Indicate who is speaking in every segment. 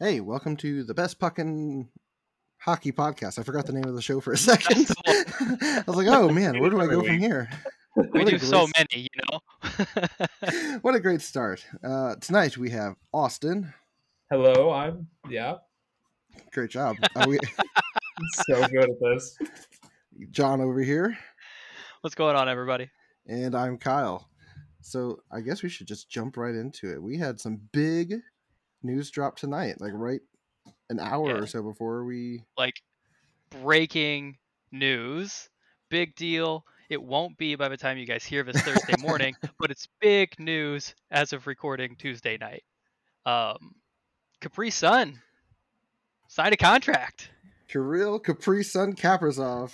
Speaker 1: Hey, welcome to the best puckin' hockey podcast. I forgot the name of the show for a second.
Speaker 2: That's
Speaker 1: I was like, oh man, where do I go from here?
Speaker 2: We
Speaker 1: What a
Speaker 2: do so
Speaker 1: great
Speaker 2: many, you know.
Speaker 1: What a great start. Uh, tonight we have Austin.
Speaker 3: Hello, I'm yeah,
Speaker 1: Great job. Uh, we,
Speaker 3: so good at this.
Speaker 1: John over here,
Speaker 2: What's going on, everybody?
Speaker 1: and I'm Kyle. So I guess we should just jump right into it. We had some big news drop tonight, like right an hour
Speaker 2: Yeah.
Speaker 1: or so before we.
Speaker 2: Like breaking news, big deal. It won't be by the time you guys hear this Thursday morning, but it's big news as of recording Tuesday night. Um, Capri Sun signed a contract.
Speaker 1: Kirill Capri Sun Kaprizov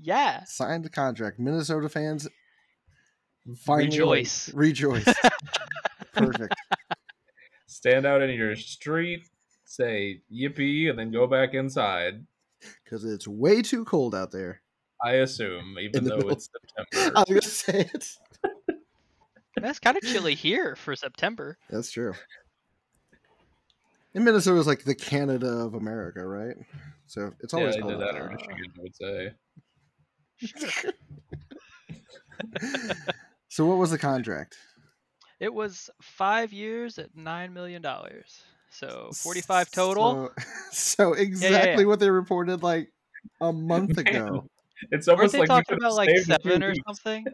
Speaker 2: Yeah,
Speaker 1: signed the contract. Minnesota fans finally
Speaker 2: rejoice.
Speaker 1: Rejoice. Perfect.
Speaker 3: Stand out in your street, say yippee, and then go back inside.
Speaker 1: Because it's way too cold out there.
Speaker 3: I assume, even
Speaker 1: the
Speaker 3: though
Speaker 1: middle.
Speaker 3: it's September.
Speaker 1: I was going to say it.
Speaker 2: That's kind of chilly here for September.
Speaker 1: That's true. And Minnesota is like the Canada of America, right? So it's
Speaker 3: yeah,
Speaker 1: always
Speaker 3: they
Speaker 1: cold
Speaker 3: did
Speaker 1: out
Speaker 3: that in
Speaker 1: there.
Speaker 3: Michigan, I would say.
Speaker 1: So what was the contract?
Speaker 2: It was five years at nine million dollars, so forty-five total.
Speaker 1: So, so exactly what they reported like a month
Speaker 3: Man.
Speaker 1: ago.
Speaker 3: It's
Speaker 2: Weren't
Speaker 3: almost
Speaker 2: they
Speaker 3: like
Speaker 2: talking about like seven
Speaker 3: seven
Speaker 2: or something?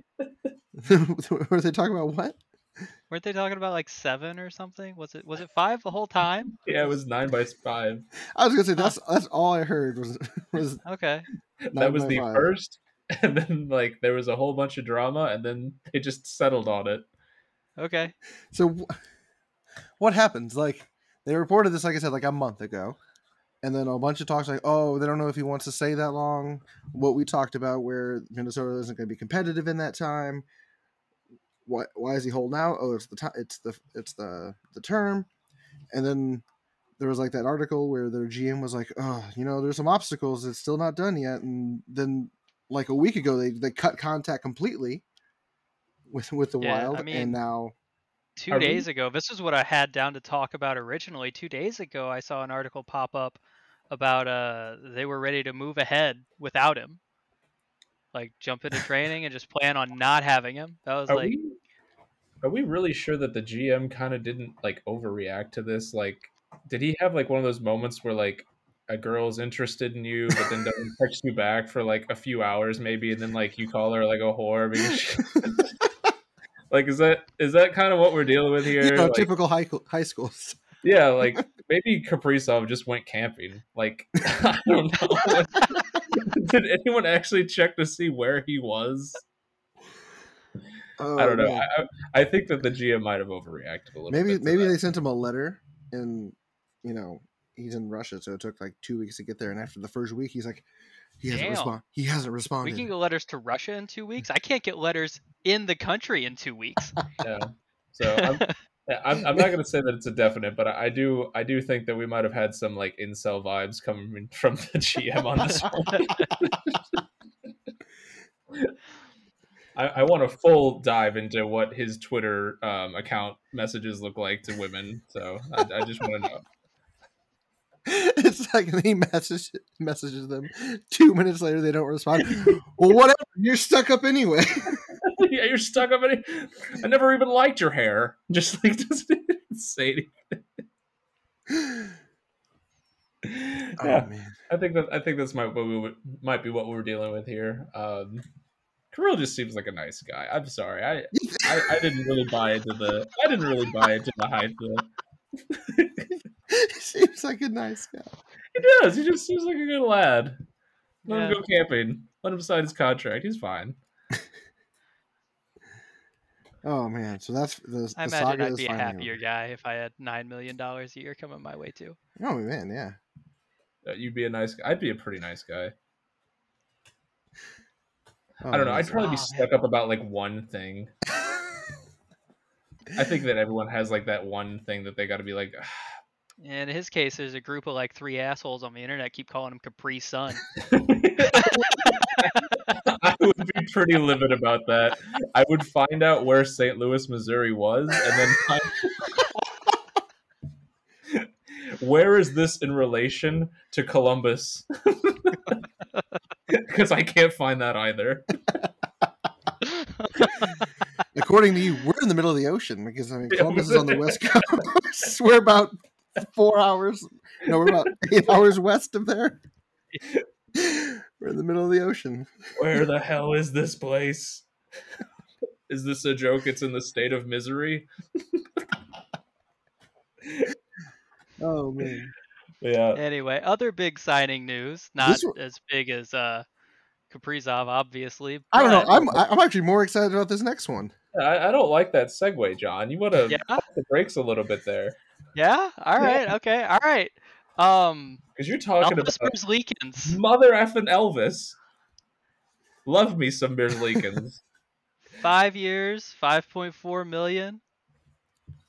Speaker 1: Were they talking about what?
Speaker 2: Weren't they talking about like seven or something? Was it was it five the whole time?
Speaker 3: Yeah, it was nine by five.
Speaker 1: I was gonna say that's that's all I heard was was
Speaker 2: Okay.
Speaker 1: Nine
Speaker 3: that was
Speaker 1: by
Speaker 3: the
Speaker 1: five.
Speaker 3: first, and then like there was a whole bunch of drama, and then they just settled on it.
Speaker 2: Okay.
Speaker 1: So, wh- what happens? Like, they reported this, like I said, like a month ago, and then a bunch of talks like, oh, they don't know if he wants to stay that long. What we talked about, where Minnesota isn't going to be competitive in that time. Why? Why is he holding out? Oh, it's the time. It's the it's the the term, and then. There was like that article where their GM was like, "Oh, you know, there's some obstacles. It's still not done yet." And then, like a week ago, they, they cut contact completely with with the
Speaker 2: Yeah, I
Speaker 1: Wild,
Speaker 2: mean-
Speaker 1: and now
Speaker 2: Two
Speaker 3: Are we-
Speaker 2: days ago, this is what I had down to talk about originally. Two days ago, I saw an article pop up about uh they were ready to move ahead without him, like jump into training and just plan on not having him. That was
Speaker 3: Are
Speaker 2: like,
Speaker 3: we, are we really sure that the GM kind of didn't like overreact to this? Like, did he have like one of those moments where like a girl's interested in you, but then doesn't text you back for like a few hours, maybe, and then like you call her like a whore? Because she... like, is that is that kind of what we're dealing with here?
Speaker 1: you know,
Speaker 3: Like,
Speaker 1: typical high, high schools.
Speaker 3: yeah, like maybe Kaprizov just went camping. Like, I don't know. did anyone actually check to see where he was?
Speaker 1: Oh,
Speaker 3: I don't know. I, I I think that the GM might have overreacted a little.
Speaker 1: Maybe
Speaker 3: bit to
Speaker 1: maybe
Speaker 3: that.
Speaker 1: they sent him a letter, and you know he's in Russia, so it took like two weeks to get there. And after the first week, he's like, he hasn't
Speaker 2: Damn.
Speaker 1: responded. He hasn't
Speaker 2: we
Speaker 1: responded.
Speaker 2: can get letters to Russia in two weeks. I can't get letters in the country in two weeks.
Speaker 3: So I'm, I'm, I'm not going to say that it's a definite, but I I do I do think that we might have had some like incel vibes coming from the GM on this one. I, I want a full dive into what his Twitter um, account messages look like to women. So I, I just want to know.
Speaker 1: it's like he message, messages them two minutes later, they don't respond. well, whatever. You're stuck up anyway.
Speaker 3: yeah, you're stuck up in it. I never even liked your hair. Just like doesn't even say anything.
Speaker 1: Oh
Speaker 3: Yeah.
Speaker 1: man.
Speaker 3: I think that I think that's my what we would, might be what we're dealing with here. Um, Kirill just seems like a nice guy. I'm sorry, I, I I didn't really buy into the I didn't really buy into the hype. Though.
Speaker 1: Seems like a nice guy.
Speaker 3: He does. He just seems like a good lad. Let
Speaker 2: Yeah.
Speaker 3: him go camping. Let him sign his contract. He's fine.
Speaker 1: Oh man. So that's the,
Speaker 2: I
Speaker 1: the
Speaker 2: imagine
Speaker 1: saga
Speaker 2: I'd
Speaker 1: is
Speaker 2: be a
Speaker 1: finally
Speaker 2: happier guy if I had nine million dollars a year coming my way too.
Speaker 1: over. Oh man, yeah.
Speaker 3: Uh, You'd be a nice. guy. I'd be a pretty nice guy.
Speaker 1: Oh,
Speaker 3: I don't know.
Speaker 1: man,
Speaker 3: I'd
Speaker 1: so-
Speaker 3: probably be
Speaker 2: Wow,
Speaker 3: stuck up about like one thing. I think that everyone has like that one thing that they got to be like.
Speaker 2: In his case, there's a group of like three assholes on the internet keep calling him Capri Sun.
Speaker 3: I would be pretty livid about that. I would find out where St. Louis, Missouri was, and then find- where is this in relation to Columbus? Because I can't find that either.
Speaker 1: According to you, we're in the middle of the ocean because I mean Columbus is on the west coast. we're about four hours. No, we're about eight hours west of there. We're in the middle of the ocean.
Speaker 3: Where the hell is this place? Is this a joke? It's in the state of misery.
Speaker 1: Oh man,
Speaker 3: Yeah.
Speaker 2: anyway, other big signing news. Not
Speaker 1: one-
Speaker 2: as big as uh, Kaprizov, obviously.
Speaker 1: I don't know.
Speaker 2: but-
Speaker 1: I'm I'm actually more excited about this next one.
Speaker 3: I, I don't like that segue, John. You want to
Speaker 2: Yeah,
Speaker 3: pump the brakes a little bit there
Speaker 2: yeah. All right. Okay. All right. Um,
Speaker 3: because you're talking
Speaker 2: Elvis
Speaker 3: about
Speaker 2: Merzlikins.
Speaker 3: mother effing Elvis. Love me some Bears Leakins.
Speaker 2: Five years, five point four million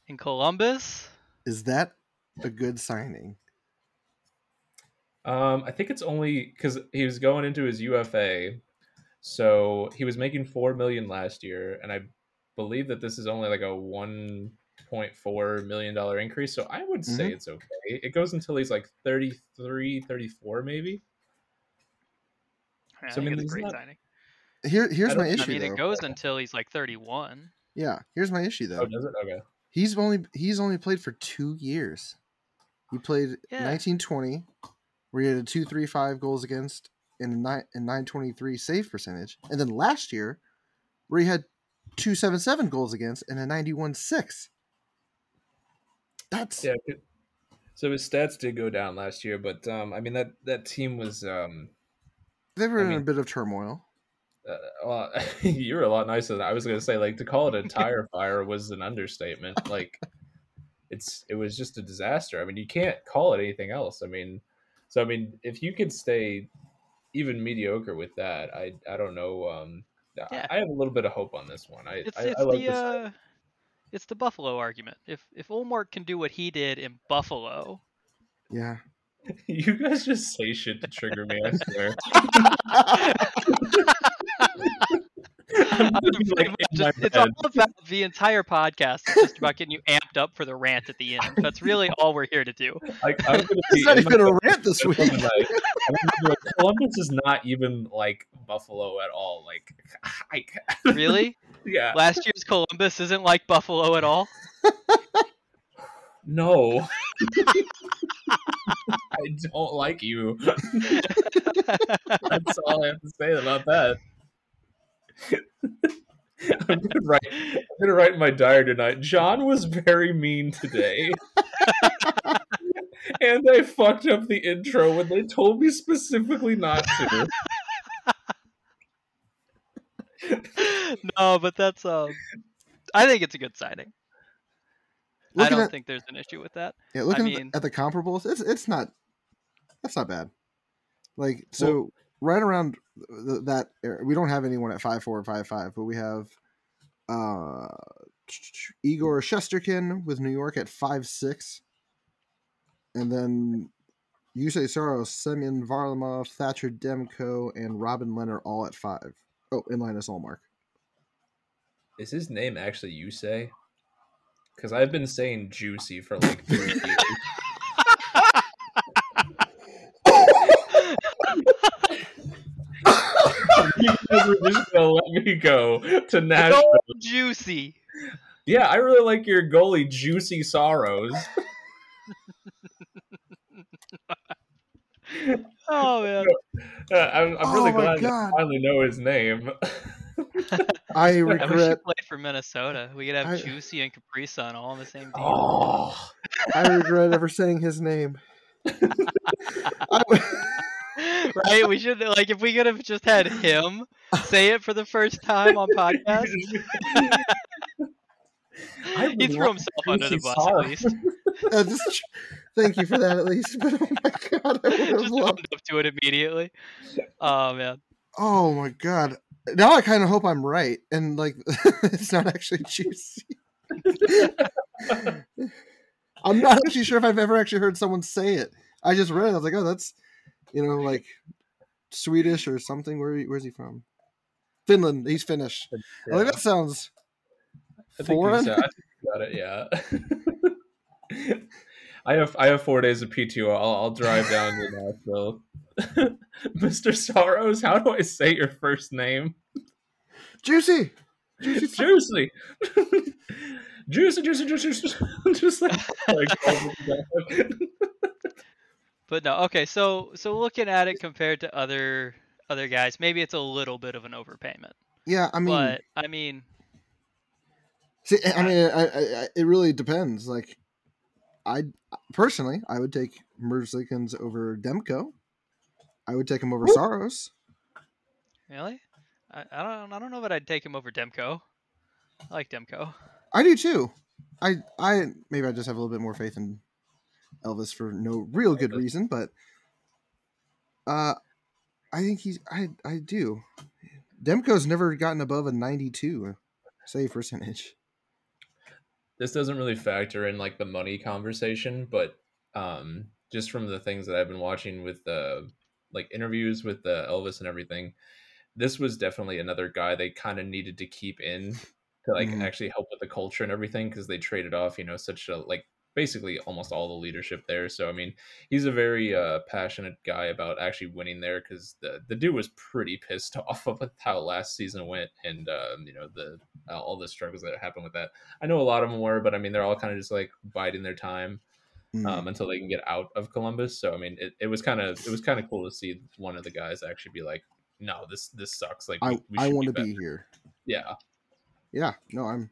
Speaker 2: in Columbus.
Speaker 1: Is that a good signing?
Speaker 3: Um, I think it's only because he was going into his UFA, so he was making four million last year, and I believe that this is only like a one point four million dollar increase. So I would say
Speaker 1: Mhm.
Speaker 3: it's okay. It goes until he's like 33, 34 maybe.
Speaker 2: Yeah, I
Speaker 3: So, I
Speaker 2: think
Speaker 3: mean,
Speaker 2: it's a
Speaker 3: he's
Speaker 2: great
Speaker 3: not-
Speaker 2: signing.
Speaker 1: Here
Speaker 3: I
Speaker 1: here's
Speaker 3: don't-
Speaker 1: my
Speaker 3: I
Speaker 1: issue.
Speaker 2: I mean,
Speaker 1: though.
Speaker 2: it goes until he's like thirty-one.
Speaker 1: Yeah, here's my issue though.
Speaker 3: Oh, does it? Okay.
Speaker 1: He's only he's only played for two years. He played
Speaker 2: Yeah.
Speaker 1: nineteen twenty, where he had a two three five goals against and a nine and nine twenty three save percentage, and then last year, where he had two seven seven goals against and a ninety one six. That's
Speaker 3: Yeah. it- So his stats did go down last year, but um, I mean that that team was um,
Speaker 1: they were
Speaker 3: I
Speaker 1: in a
Speaker 3: mean-
Speaker 1: bit of turmoil.
Speaker 3: uh, well, you were a lot nicer than I was going to say. Like to call it a tire fire was an understatement. Like it's it was just a disaster. I mean, you can't call it anything else. I mean, so I mean, if you could stay even mediocre with that, I I don't know. Um, I-
Speaker 2: Yeah.
Speaker 3: I have a little bit of hope on this one. I
Speaker 2: It's
Speaker 3: I,
Speaker 2: it's
Speaker 3: I like
Speaker 2: the
Speaker 3: this.
Speaker 2: uh, it's the Buffalo argument. If if Olmark can do what he did in Buffalo,
Speaker 1: Yeah.
Speaker 3: You guys just say shit to trigger me. I swear. I'm
Speaker 2: I'm
Speaker 3: looking,
Speaker 2: pretty
Speaker 3: like,
Speaker 2: much
Speaker 3: in my
Speaker 2: just- it's
Speaker 3: head.
Speaker 2: all about the entire podcast. It's just about getting you amped up for the rant at the end. That's really all we're here to do.
Speaker 3: Like, I'm gonna be
Speaker 1: It's not
Speaker 3: in my
Speaker 1: even a rant this
Speaker 3: That's
Speaker 1: week.
Speaker 3: what I'm like. I'm gonna be like, Columbus is not even like Buffalo at all. Like, I,
Speaker 2: Really?
Speaker 3: yeah,
Speaker 2: Last year's Columbus isn't like Buffalo at all.
Speaker 3: no, I don't like you. That's all I have to say about that. I'm gonna write. I'm gonna write in my diary tonight. John was very mean today, and I fucked up the intro when they told me specifically not to.
Speaker 2: No, but that's um I think it's a good signing. I
Speaker 1: Looking
Speaker 2: don't
Speaker 1: at
Speaker 2: think there's an issue with that.
Speaker 1: yeah, looking at the-
Speaker 2: mean-
Speaker 1: at the comparables, it's it's not that's not bad. Like so, right around th- that era- we don't have anyone at five four or five five, but we have uh Igor Shesterkin with New York at five six, and then Yusei Saros, Semyon Varlamov, Thatcher Demko, and Robin Leonard all at five. Oh, and Linus Allmark.
Speaker 3: Is his name actually Yusei? Because I've been saying Juicy for like three years. you guys are just gonna let me go to Nashville.
Speaker 2: Go juicy.
Speaker 3: Yeah, I really like your goalie, Juicy Sorrows.
Speaker 2: Oh man.
Speaker 3: Uh, I'm, I'm
Speaker 1: Oh my
Speaker 3: really glad
Speaker 1: God.
Speaker 3: I finally know his name.
Speaker 1: I
Speaker 2: I wish he
Speaker 1: regret,
Speaker 2: played for Minnesota. We could have
Speaker 1: I-
Speaker 2: Juicy and Capri Sun all on the same team.
Speaker 3: oh,
Speaker 1: I regret ever saying his name. I-
Speaker 2: right? We should like if we could have just had him say it for the first time on podcast.
Speaker 3: I
Speaker 2: he threw
Speaker 3: love
Speaker 2: himself under the
Speaker 3: Juicy
Speaker 2: bus
Speaker 3: Sorrow.
Speaker 2: at least.
Speaker 1: Uh, just- thank you for that, at least. But oh my god, I would have
Speaker 2: Just
Speaker 1: loved.
Speaker 2: owned up to it immediately. Oh man,
Speaker 1: Oh my god. Now I kind of hope I'm right, and like it's not actually juicy. I'm not actually sure if I've ever actually heard someone say it. I just read it. I was like, oh, that's you know like Swedish or something. Where where's he from? Finland. He's Finnish.
Speaker 3: Yeah,
Speaker 1: I was like that sounds
Speaker 3: I think uh, you
Speaker 1: foreign.
Speaker 3: said- I think you got it. Yeah. I have I have four days of PTO. I'll, I'll drive down to Nashville. Mr. Sorrows, how do I say your first name?
Speaker 1: Juicy.
Speaker 3: Juicy. juicy, juicy, juicy, juicy. Just like, like over the
Speaker 2: But no, okay. So so looking at it compared to other other guys, maybe it's a little bit of an overpayment.
Speaker 1: Yeah, I mean,
Speaker 2: but I mean,
Speaker 1: see, I mean, I, I, I, it really depends. Like, I personally, I would take Merzlikens over Demko. I would take him over Soros.
Speaker 2: really, I, I don't I don't know that I'd take him over Demko. I like Demko.
Speaker 1: I do too. I I maybe I just have a little bit more faith in Elvis for no real good
Speaker 3: Elvis.
Speaker 1: reason, but uh I think he's I I do. Demko's never gotten above a 92 save percentage.
Speaker 3: this doesn't really factor in like the money conversation, but um, just from the things that I've been watching with the like interviews with the Elvis and everything, this was definitely another guy they kind of needed to keep in to like
Speaker 1: Mhm.
Speaker 3: actually help with the culture and everything because they traded off, you know, such a like basically almost all the leadership there. So I mean, he's a very uh, passionate guy about actually winning there because the the dude was pretty pissed off of how last season went and um, you know the uh, all the struggles that happened with that. I know a lot of them were, but I mean, they're all kind of just like biding their time
Speaker 1: Mm.
Speaker 3: um, until they can get out of Columbus. So I mean, it, it was kind of it was kind of cool to see one of the guys actually be like, "No, this this sucks." Like,
Speaker 1: I I
Speaker 3: should
Speaker 1: want to
Speaker 3: better."
Speaker 1: be here.
Speaker 3: Yeah,
Speaker 1: Yeah, no, I'm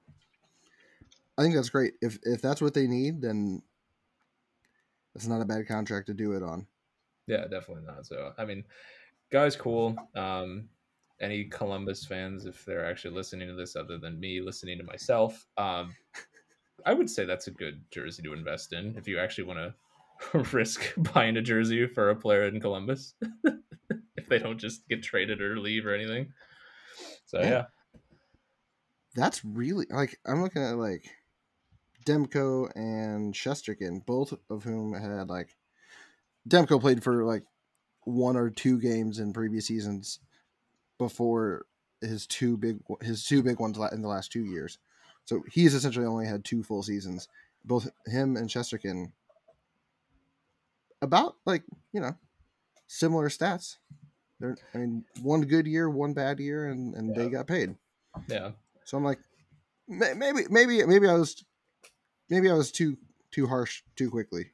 Speaker 1: I think that's great. If if that's what they need, then it's not a bad contract to do it on.
Speaker 3: yeah, definitely not. So I mean, guy's cool. Um, any Columbus fans, if they're actually listening to this, other than me listening to myself, um, I would say that's a good jersey to invest in if you actually want to. Risk buying a jersey for a player in Columbus if they don't just get traded or leave or anything. So,
Speaker 1: Yeah.
Speaker 3: yeah.
Speaker 1: That's really like I'm looking at like Demko and Shesterkin, both of whom had like Demko played for like one or two games in previous seasons before his two big his two big ones la- in the last two years. So he's essentially only had two full seasons. Both him and Chesterkin about like, you know, similar stats. They're I mean, one good year, one bad year and and they got paid.
Speaker 3: Yeah,
Speaker 1: So I'm like, "Ma- maybe, maybe, maybe I was, maybe I was too too harsh too quickly.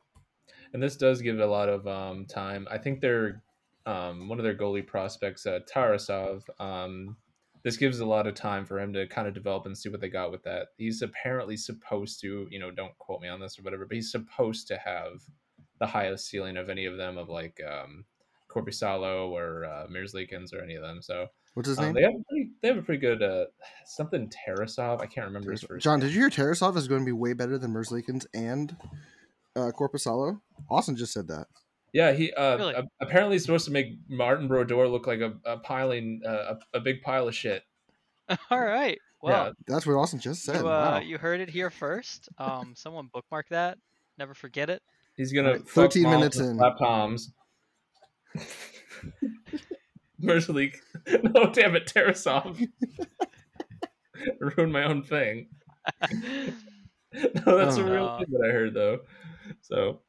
Speaker 3: and this does give it a lot of um, time. I think they're um, one of their goalie prospects, uh, Tarasov. Um, this gives a lot of time for him to kind of develop and see what they got with that. He's apparently supposed to, you know, don't quote me on this or whatever, but he's supposed to have the highest ceiling of any of them, of like um, Corpusalo or uh, Merzlikens or any of them. So
Speaker 1: What's his
Speaker 3: um, they
Speaker 1: name?
Speaker 3: have a pretty, they have a pretty good uh, something Tarasov. I can't remember his first.
Speaker 1: John,
Speaker 3: name.
Speaker 1: did you hear Tarasov is going to be way better than Merzlikins and uh, Corpusalo? Austin just said that.
Speaker 3: Yeah, he uh,
Speaker 2: Really?
Speaker 3: a- apparently is supposed to make Martin Brodeur look like a, a piling uh, a, a big pile of shit.
Speaker 2: all right. Well,
Speaker 1: That's what Austin just said.
Speaker 2: you,
Speaker 1: wow.
Speaker 2: uh, you heard it here first. Um, someone bookmark that. Never forget it.
Speaker 3: He's gonna
Speaker 1: Alright,
Speaker 3: fuck
Speaker 1: 13
Speaker 3: moms
Speaker 1: minutes
Speaker 3: and
Speaker 1: in.
Speaker 3: slap toms. Mercer League. No, damn it, Tarasov. Ruined my own thing. No, that's a
Speaker 1: Oh.
Speaker 3: real thing that I heard though. So,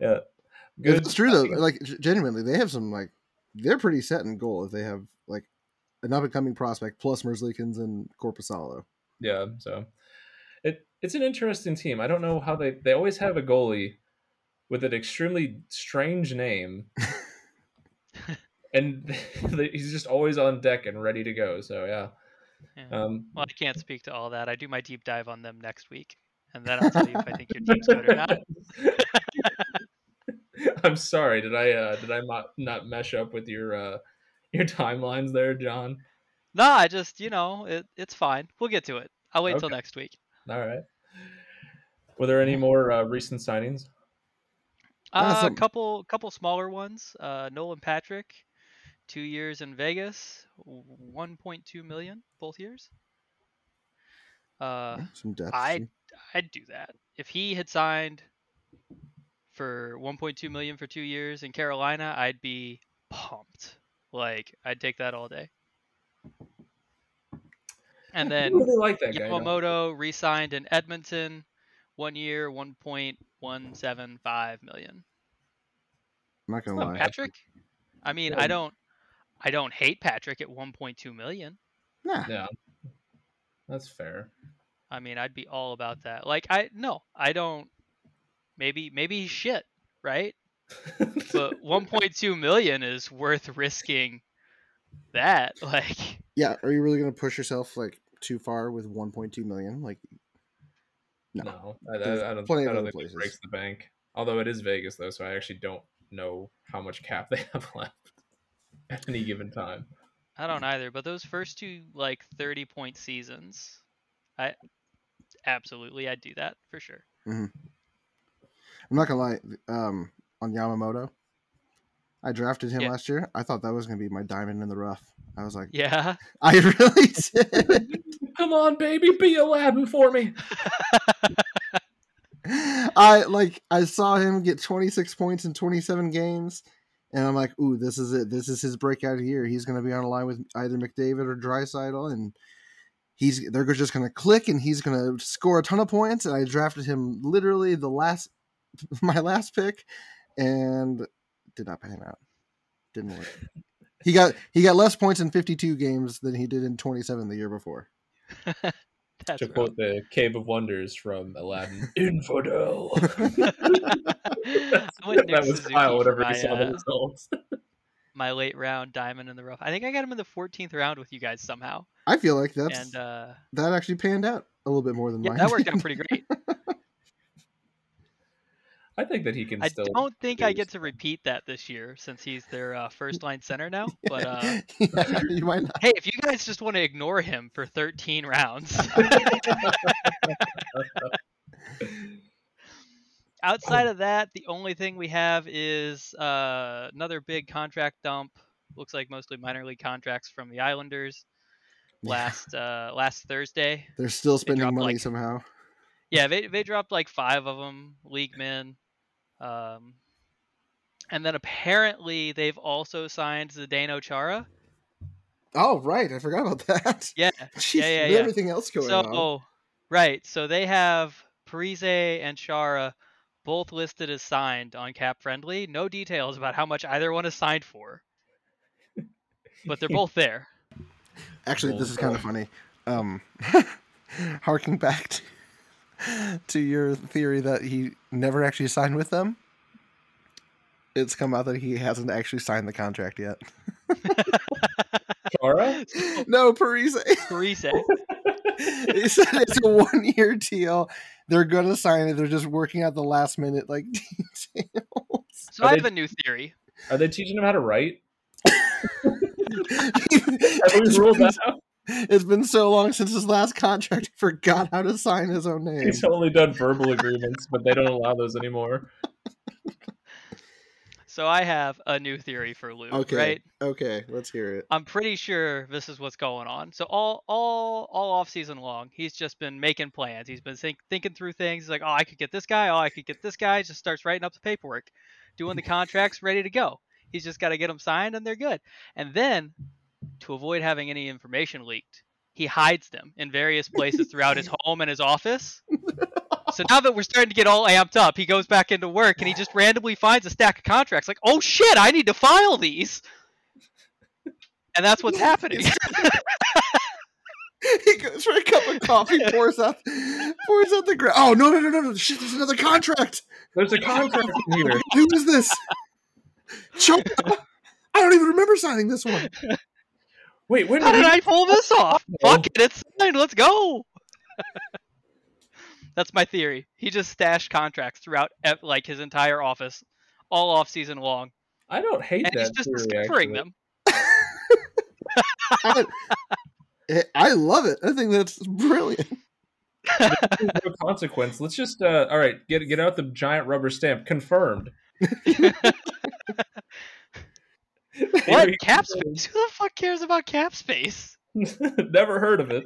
Speaker 3: yeah,
Speaker 1: If it's true though. Like g- genuinely, they have some like they're pretty set in goal if they have like an up and coming prospect plus Merzlikins and Corpusalo.
Speaker 3: Yeah, so it it's an interesting team. I don't know how they they always have a goalie with an extremely strange name, and they- he's just always on deck and ready to go. So yeah,
Speaker 2: Yeah.
Speaker 3: um,
Speaker 2: Well, I can't speak to all that. I do my deep dive on them next week, and then I'll tell you if I think your team's good or not.
Speaker 3: I'm sorry. Did I uh, did I not not mesh up with your uh, your timelines there, John?
Speaker 2: No, I just you know it, it's fine. We'll get to it. I'll wait till
Speaker 3: Okay.
Speaker 2: next week.
Speaker 3: All right. Were there any more uh, recent signings?
Speaker 1: Ah,
Speaker 2: Uh,
Speaker 1: so-
Speaker 2: a couple couple smaller ones. Uh, Nolan Patrick, two years in Vegas, w- 1.2 million both years. Uh,
Speaker 1: Some depth.
Speaker 2: I I'd do that if he had signed for 1.2 million for two years in Carolina. I'd be pumped. Like I'd take that all day. And
Speaker 3: I
Speaker 2: then
Speaker 3: really like that guy. John.
Speaker 2: Yamamoto re-signed in Edmonton One year, 1.175 million.
Speaker 1: I'm not gonna
Speaker 2: Look,
Speaker 1: lie.
Speaker 2: Patrick. I mean,
Speaker 3: Yeah.
Speaker 2: I don't, I don't hate Patrick at 1.2 million.
Speaker 1: Nah.
Speaker 3: Yeah, that's fair.
Speaker 2: I mean, I'd be all about that. Like, I no, I don't. Maybe, maybe he's shit, right? But 1.2 million is worth risking that. Like,
Speaker 1: Yeah. Are you really gonna push yourself like too far with 1.2 million? Like, no.
Speaker 3: No, I, I,
Speaker 1: There's
Speaker 3: I don't,
Speaker 1: plenty
Speaker 3: I
Speaker 1: of
Speaker 3: don't
Speaker 1: other
Speaker 3: think it
Speaker 1: places.
Speaker 3: breaks the bank. Although it is Vegas, though, so I actually don't know how much cap they have left at any given time.
Speaker 2: I don't either. But those first two like 30 point seasons, I absolutely I'd do that for sure.
Speaker 1: I'm not gonna lie. Um, on Yamamoto, I drafted him
Speaker 2: Yeah.
Speaker 1: last year. I thought that was gonna be my diamond in the rough. I was like,
Speaker 2: Yeah.
Speaker 1: I really did.
Speaker 3: Come on, baby, be Aladdin for me.
Speaker 1: I like I saw him get 26 points in 27 games, and I'm like, ooh, this is it. This is his breakout year. He's going to be on a line with either McDavid or Drysidle, and he's they're just going to click, and he's going to score a ton of points. And I drafted him literally the last my last pick, and did not pan out. Didn't work. He got he got less points in 52 games than he did in 27 the year before.
Speaker 2: That's
Speaker 3: To
Speaker 2: rough.
Speaker 3: quote the Cave of Wonders from Aladdin, infidel.
Speaker 2: I went Nick
Speaker 3: that was
Speaker 2: Suzuki
Speaker 3: Kyle
Speaker 2: for
Speaker 3: whenever he
Speaker 2: my,
Speaker 3: saw the
Speaker 2: uh,
Speaker 3: results.
Speaker 2: my late round diamond in the rough. I think I got him in the 14th round with you guys somehow,
Speaker 1: I feel like that's
Speaker 2: and uh,
Speaker 1: that actually panned out a little bit more than
Speaker 2: yeah,
Speaker 1: mine.
Speaker 2: that worked
Speaker 1: did.
Speaker 2: out pretty great.
Speaker 3: I think that he can
Speaker 2: I
Speaker 3: still.
Speaker 2: don't think I get
Speaker 3: produce.
Speaker 2: to repeat that this year since he's their uh, first line center now. But uh,
Speaker 1: Yeah, you might not.
Speaker 2: hey, if you guys just want to ignore him for 13 rounds, outside of that, the only thing we have is uh, another big contract dump. Looks like mostly minor league contracts from the Islanders last uh, last Thursday.
Speaker 1: They're still spending
Speaker 2: dropped,
Speaker 1: money
Speaker 2: like-
Speaker 1: somehow.
Speaker 2: Yeah, they they dropped like five of them, league men, um, and then apparently they've also signed Zdeno Chara.
Speaker 1: Oh right, I forgot about that.
Speaker 2: Yeah,
Speaker 1: Jeez,
Speaker 2: yeah, yeah,
Speaker 1: with
Speaker 2: yeah.
Speaker 1: Everything else going
Speaker 2: so
Speaker 1: on.
Speaker 2: right, so they have Parise and Chara both listed as signed on Cap Friendly. No details about how much either one is signed for, but they're both there.
Speaker 1: Actually, this is kind of funny. Um, harking back to, to your theory that he never actually signed with them. It's come out that he hasn't actually signed the contract yet.
Speaker 3: Chara?
Speaker 1: No, Parise.
Speaker 2: Parise,
Speaker 1: they said it's a one-year deal. They're going to sign it. They're just working out the last-minute like details.
Speaker 2: so
Speaker 3: Are
Speaker 2: I
Speaker 3: they-
Speaker 2: have a new theory.
Speaker 3: Are they teaching him how to write? Have we
Speaker 1: It's
Speaker 3: ruled
Speaker 1: been-
Speaker 3: that out?
Speaker 1: It's been so long since his last contract, he forgot how to sign his own name.
Speaker 3: He's only done verbal agreements, but they don't allow those anymore.
Speaker 2: So I have a new theory for Luke.
Speaker 1: Okay.
Speaker 2: Right.
Speaker 1: Okay, let's hear it.
Speaker 2: I'm pretty sure this is what's going on. So all all all off season long, he's just been making plans. He's been think, thinking through things. He's like, oh, I could get this guy. Oh, I could get this guy. Just starts writing up the paperwork, doing the contracts, ready to go. He's just got to get them signed, and they're good. And then, to avoid having any information leaked, he hides them in various places throughout his home and his office. So now that we're starting to get all amped up, he goes back into work and he just randomly finds a stack of contracts. Like, oh shit, I need to file these. And that's what's happening.
Speaker 1: He goes for a cup of coffee, pours out, pours out the ground. Oh no no no no no! Shit, there's another contract.
Speaker 3: There's a contract in here.
Speaker 1: Who is this? Choke. I don't even remember signing this one.
Speaker 3: Wait, when
Speaker 2: How
Speaker 3: did
Speaker 2: did
Speaker 3: he-
Speaker 2: I pull this off? Fuck it, it's signed. Let's go. That's my theory. He just stashed contracts throughout ev- like his entire office, all off season long,
Speaker 3: I don't hate
Speaker 2: and
Speaker 3: that
Speaker 2: he's just
Speaker 3: theory.
Speaker 2: discovering
Speaker 3: actually.
Speaker 2: them.
Speaker 1: I, Eh, I love it. I think that's brilliant.
Speaker 3: There's No consequence. Let's just uh, all right. Get get out the giant rubber stamp. Confirmed.
Speaker 2: What
Speaker 3: Theory
Speaker 2: cap space? Who the fuck cares about cap space?
Speaker 3: confirmed. Never heard of it.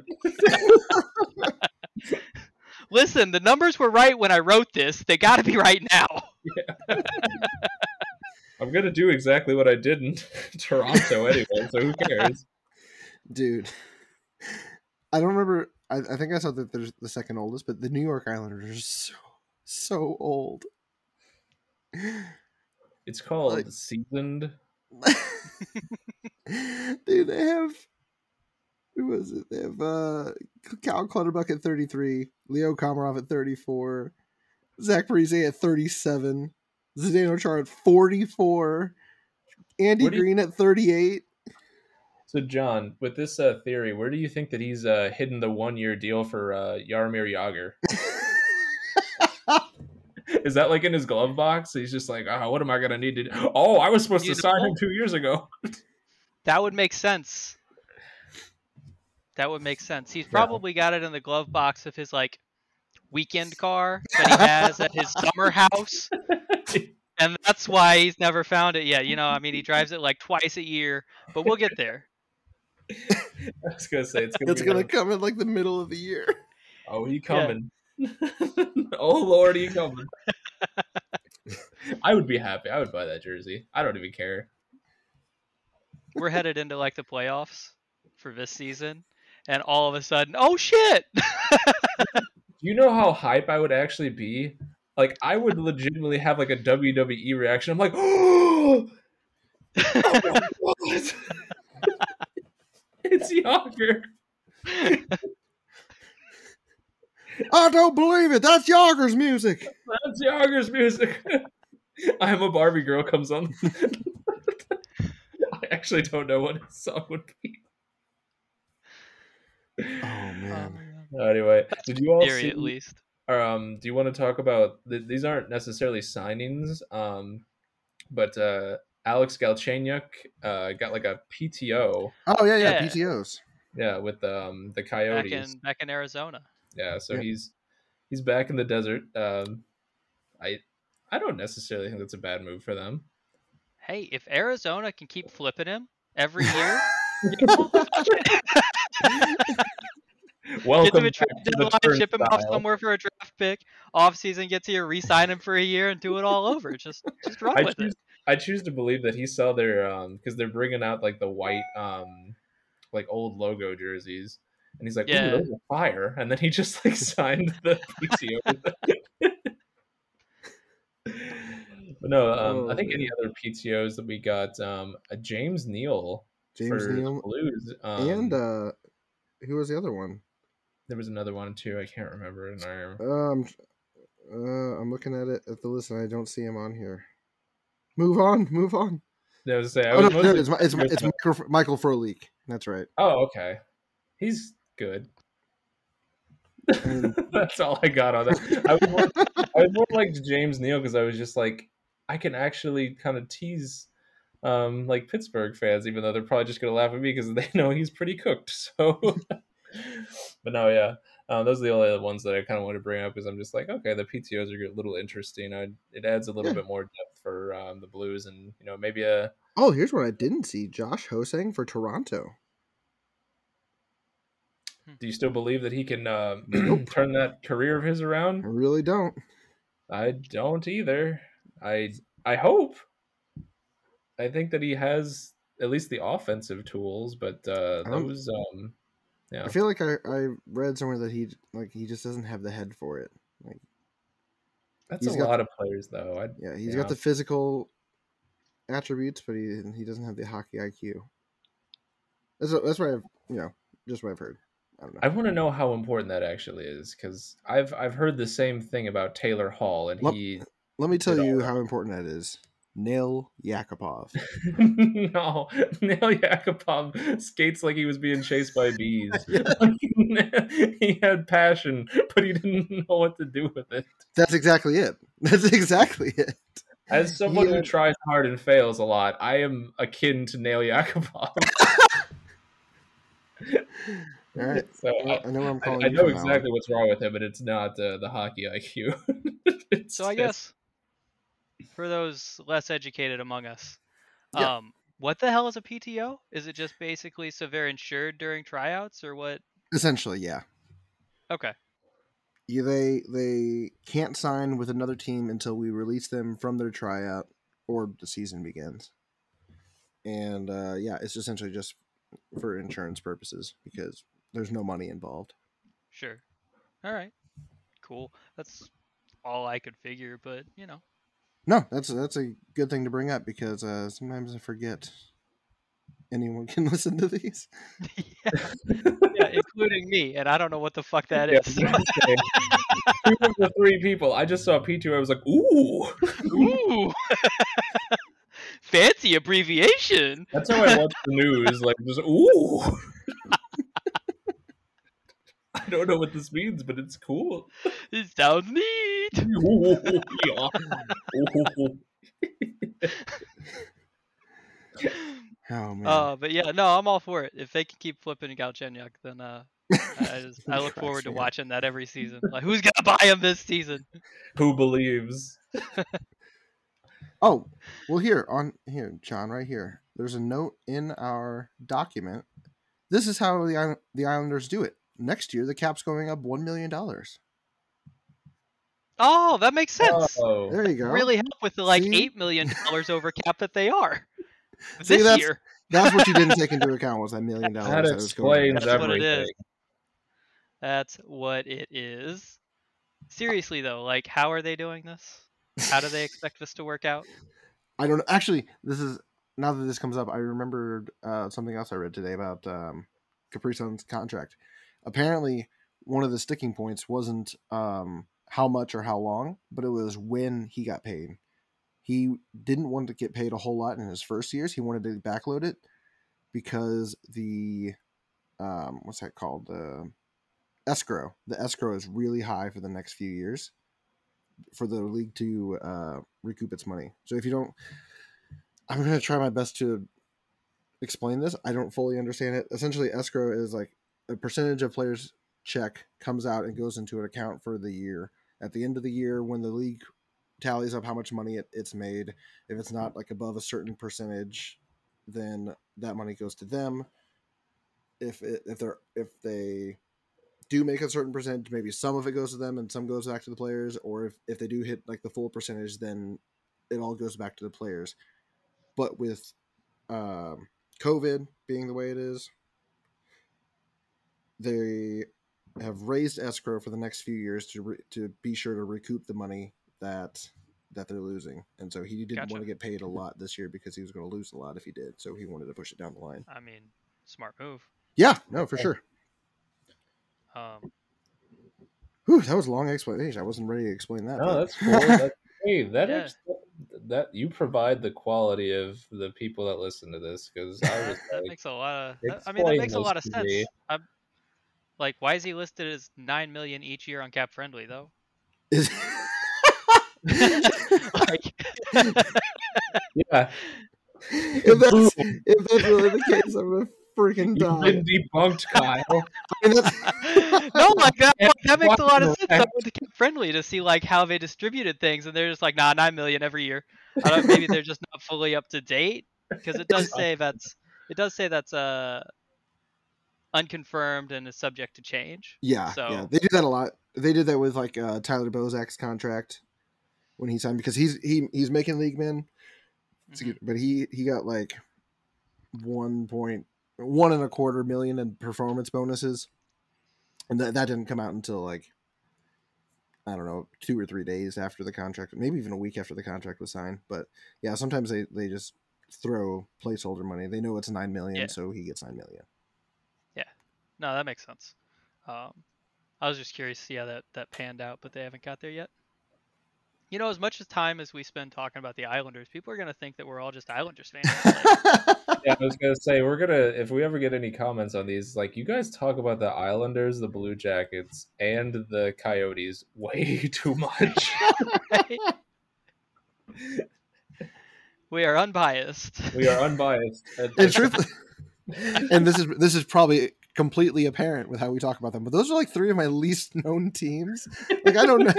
Speaker 2: Listen, the numbers were right when I wrote this. They got to be right now.
Speaker 3: I'm gonna do exactly what I did in Toronto anyway. So who cares?
Speaker 1: dude i don't remember I, I think I saw that there's the second oldest, but the New York Islanders are so so old.
Speaker 3: It's called
Speaker 1: Like-
Speaker 3: seasoned.
Speaker 1: Dude, they have who was it? They have uh Cal Clutterbuck at 33, Leo Komarov at 34, Zach Parise at 37, Zdeno Char at 44, Andy
Speaker 3: What do you-
Speaker 1: Green at 38.
Speaker 3: So John, with this uh, theory, where do you think that he's uh, hidden the one-year deal for uh, Yarmir Yager? Is that like in his glove box? He's just like, oh, what am I gonna need to? do? Oh, I was supposed
Speaker 2: You
Speaker 3: to sign
Speaker 2: know?
Speaker 3: him two years ago.
Speaker 2: That would make sense. That would make sense. He's probably got it in the glove box of his like weekend car that he has at his summer house. And that's why he's never found it yet. You know, I mean he drives it like twice a year, but we'll get there.
Speaker 3: I was gonna say it's gonna.
Speaker 1: It's
Speaker 3: be
Speaker 1: gonna
Speaker 3: him.
Speaker 1: come in like the middle of the year.
Speaker 3: Oh, he coming. oh Lord, he coming. I would be happy. I would buy that jersey. I don't even care.
Speaker 2: We're headed into like the playoffs for this season. And all of a sudden, oh shit!
Speaker 3: Do you know how hype I would actually be? Like I would legitimately have like a WWE reaction. I'm like, oh, my God. it's Yager.
Speaker 1: I don't believe it. That's Yager's music.
Speaker 3: That's Yager's music. I'm a Barbie girl comes on. I actually don't know what his song would be.
Speaker 1: Oh man.
Speaker 3: Anyway, did you all
Speaker 2: Theory
Speaker 3: see?
Speaker 2: at least.
Speaker 3: um do you want to talk about th- these aren't necessarily signings um but uh alex galchenyuk uh got like a pto
Speaker 1: Oh yeah, yeah,
Speaker 2: Yeah.
Speaker 1: PTOs.
Speaker 3: yeah with um the
Speaker 2: Back
Speaker 3: coyotes
Speaker 2: in back in Arizona.
Speaker 3: yeah so
Speaker 1: Yeah.
Speaker 3: he's he's back in the desert um i i don't necessarily think that's a bad move for them
Speaker 2: Hey, if Arizona can keep flipping him every year,
Speaker 3: welcome
Speaker 2: get him a
Speaker 3: back to
Speaker 2: trade
Speaker 3: the
Speaker 2: deadline, ship him off
Speaker 3: turnstile.
Speaker 2: somewhere for a draft pick. Off season, get to you, re-sign him for a year, and do it all over. Just just run
Speaker 3: I
Speaker 2: with
Speaker 3: choose,
Speaker 2: it.
Speaker 3: I choose to believe that he saw their um because they're bringing out like the white um like old logo jerseys, and he's like,
Speaker 2: Yeah.
Speaker 3: "Ooh, those are fire!" And then he just like signed the PTO. but no, um, I
Speaker 1: Oh,
Speaker 3: think any other PTOs that we got, um, a James Neal
Speaker 1: James
Speaker 3: for the
Speaker 1: Neal
Speaker 3: Blues, um,
Speaker 1: and uh who was the other one?
Speaker 3: there was another one too. I can't remember. And I,
Speaker 1: Um, uh, I'm looking at it at the list and I don't see him on here. Move on, move on.
Speaker 3: I was gonna say, I
Speaker 1: Oh,
Speaker 3: was
Speaker 1: no, no,
Speaker 3: mostly,
Speaker 1: it's, Mi- it's, Mi- it's
Speaker 3: Yes,
Speaker 1: Michael, Michael Frolik. That's right.
Speaker 3: oh okay, he's good.
Speaker 1: And
Speaker 3: That's all I got on that. I was more, I was more like James Neal because I was just like, I can actually kind of tease um, like Pittsburgh fans, even though they're probably just going to laugh at me because they know he's pretty cooked. So, but no, yeah, uh, those are the only other ones that I kind of want to bring up because I'm just like, okay, the PTOS are a little interesting. I, it adds a little
Speaker 1: Yeah.
Speaker 3: bit more depth for um, the Blues, and you know, maybe a
Speaker 1: oh, here's what I didn't see: Josh Hosang for Toronto.
Speaker 3: do you still believe that he can uh,
Speaker 1: Nope.
Speaker 3: turn that career of his around?
Speaker 1: I really don't.
Speaker 3: I don't either. I I hope. I think that he has at least the offensive tools, but uh,
Speaker 1: I don't-
Speaker 3: those um, yeah,
Speaker 1: I feel like I, I read somewhere that he like he just doesn't have the head for it.
Speaker 3: that's a
Speaker 1: he's got-
Speaker 3: lot of players though. I,
Speaker 1: Yeah, he's
Speaker 3: Yeah.
Speaker 1: got the physical attributes, but he he doesn't have the hockey IQ. That's what- that's what I've you know just what I've heard. I don't know.
Speaker 3: I want to know how important that actually is because I've I've heard the same thing about Taylor Hall, and
Speaker 1: Lem-
Speaker 3: he
Speaker 1: Let me tell
Speaker 3: all
Speaker 1: you
Speaker 3: right.
Speaker 1: how important that is. Nail Yakupov.
Speaker 3: no Nail Yakupov skates like he was being chased by bees. he had passion, but he didn't know what to do with it.
Speaker 1: That's exactly it. That's exactly it.
Speaker 3: As someone
Speaker 1: Yeah.
Speaker 3: who tries hard and fails a lot, I am akin to Nail Yakupov.
Speaker 1: All right.
Speaker 3: so
Speaker 1: Well,
Speaker 3: I,
Speaker 1: I know what I'm
Speaker 3: I-
Speaker 1: calling.
Speaker 3: I
Speaker 1: you
Speaker 3: know
Speaker 1: from now on.
Speaker 3: exactly what's wrong with him, but it's not uh, the hockey IQ. It's-
Speaker 2: So I guess for those less educated among us,
Speaker 1: Yeah.
Speaker 2: um, what the hell is a PTO? Is it just basically so they're insured during tryouts or what?
Speaker 1: Essentially, yeah.
Speaker 2: Okay,
Speaker 1: You- They they can't sign with another team until we release them from their tryout or the season begins. And uh, yeah, it's essentially just for insurance purposes because there's no money involved.
Speaker 2: Sure. All right. Cool. That's all I could figure, but you know,
Speaker 1: No, that's that's a good thing to bring up because uh, sometimes I forget anyone can listen to these.
Speaker 2: yeah. yeah, including me, and I don't know what the fuck that
Speaker 3: Yeah,
Speaker 2: is.
Speaker 3: okay. Two of the three people. I just saw P two. I was like, ooh.
Speaker 2: Ooh, fancy abbreviation.
Speaker 3: That's how I watch the news. Like, just ooh. I don't know what this means, but it's cool.
Speaker 2: It sounds neat.
Speaker 3: Ooh, yeah. Ooh.
Speaker 1: Oh man,
Speaker 2: Uh, but yeah, no, I'm all for it. If they can keep flipping Galchenyuk, then uh, I, just, I look forward to
Speaker 1: Gotcha.
Speaker 2: watching that every season. Like, who's gonna buy him this season?
Speaker 3: Who believes?
Speaker 1: Oh, well, here on here, John, right here. There's a note in our document. This is how the Isl- the Islanders do it. Next year, the cap's going up one million dollars.
Speaker 2: Oh, that makes sense.
Speaker 3: Oh,
Speaker 1: There you go.
Speaker 2: really help with the like
Speaker 1: See?
Speaker 2: eight million dollars over cap that they are
Speaker 1: See,
Speaker 2: this
Speaker 1: that's-
Speaker 2: year.
Speaker 1: That's what you didn't take into account was that million dollars.
Speaker 3: that
Speaker 1: was going
Speaker 3: explains
Speaker 1: up.
Speaker 2: That's what it
Speaker 3: everything.
Speaker 2: is. That's what it is. Seriously though, like how are they doing this? How do they expect this to work out?
Speaker 1: I don't know. Actually, this is now that this comes up, I remembered uh, something else I read today about um, Capri Sun's contract. Apparently, one of the sticking points wasn't um, how much or how long, but it was when he got paid. He didn't want to get paid a whole lot in his first years. He wanted to backload it because the um, what's that called? The escrow. The escrow is really high for the next few years for the league to uh, recoup its money. So if you don't I'm going to try my best to explain this. I don't fully understand it. Essentially, escrow is like a percentage of players' check comes out and goes into an account for the year. At the end of the year, when the league tallies up how much money it, it's made, if it's not like above a certain percentage, then that money goes to them. If it, if they're if they do make a certain percentage, maybe some of it goes to them and some goes back to the players. Or if, if they do hit like the full percentage, then it all goes back to the players but with um, COVID being the way it is, they have raised escrow for the next few years to re- to be sure to recoup the money that that they're losing. And so he didn't
Speaker 2: Gotcha.
Speaker 1: want to get paid a lot this year because he was going to lose a lot if he did. So he wanted to push it down the line.
Speaker 2: I mean, smart move.
Speaker 1: Yeah, no, for
Speaker 3: Okay.
Speaker 1: sure.
Speaker 2: Um,
Speaker 1: Whew, that was a long explanation. I wasn't ready to explain that.
Speaker 3: No,
Speaker 1: but-
Speaker 3: that's cool. That's, hey, that
Speaker 2: Yeah.
Speaker 3: ex- that you provide the quality of the people that listen to this because I
Speaker 2: that,
Speaker 3: was
Speaker 2: that
Speaker 3: like,
Speaker 2: makes a lot of. that- I mean, that
Speaker 3: explain
Speaker 2: makes a
Speaker 3: those
Speaker 2: lot of
Speaker 3: to
Speaker 2: sense.
Speaker 3: me.
Speaker 2: I'm, like, why is he listed as nine million each year on cap friendly though?
Speaker 1: Is-
Speaker 2: Like,
Speaker 3: yeah,
Speaker 1: if that's if that's really the case, I'm gonna freaking
Speaker 3: you've
Speaker 1: die.
Speaker 3: been debunked, Kyle.
Speaker 1: I mean, that's-
Speaker 2: no, like that.
Speaker 3: Yeah,
Speaker 2: that makes a lot of
Speaker 3: fucking
Speaker 2: sense. I went to Cap Friendly to see like how they distributed things, and they're just like, nah, nine million every year. I don't, maybe they're just not fully up to date because it does say that's it does say that's uh unconfirmed and is subject to change.
Speaker 1: Yeah, yeah,
Speaker 2: So-
Speaker 1: they do that a lot. They did that with like uh, Tyler Bozak's contract when he signed because he's he he's making league men,
Speaker 2: Mhm.
Speaker 1: excuse- but he he got like one point one and a quarter million in performance bonuses, and that that didn't come out until like I don't know two or three days after the contract, maybe even a week after the contract was signed. But yeah, sometimes they they just throw placeholder money. They know it's nine million,
Speaker 2: Yeah.
Speaker 1: so he gets nine million.
Speaker 2: No, that makes sense. Um, I was just curious to see how that, that panned out, but they haven't got there yet. You know, as much as time as we spend talking about the Islanders, people are gonna think that we're all just Islanders fans. Like,
Speaker 3: Yeah, I was gonna say we're gonna if we ever get any comments on these, like you guys talk about the Islanders, the Blue Jackets, and the Coyotes way too much.
Speaker 2: we are unbiased.
Speaker 3: we are unbiased. at
Speaker 1: and
Speaker 3: this-
Speaker 1: truth and this is this is probably completely apparent with how we talk about them but those are like three of my least known teams like i don't know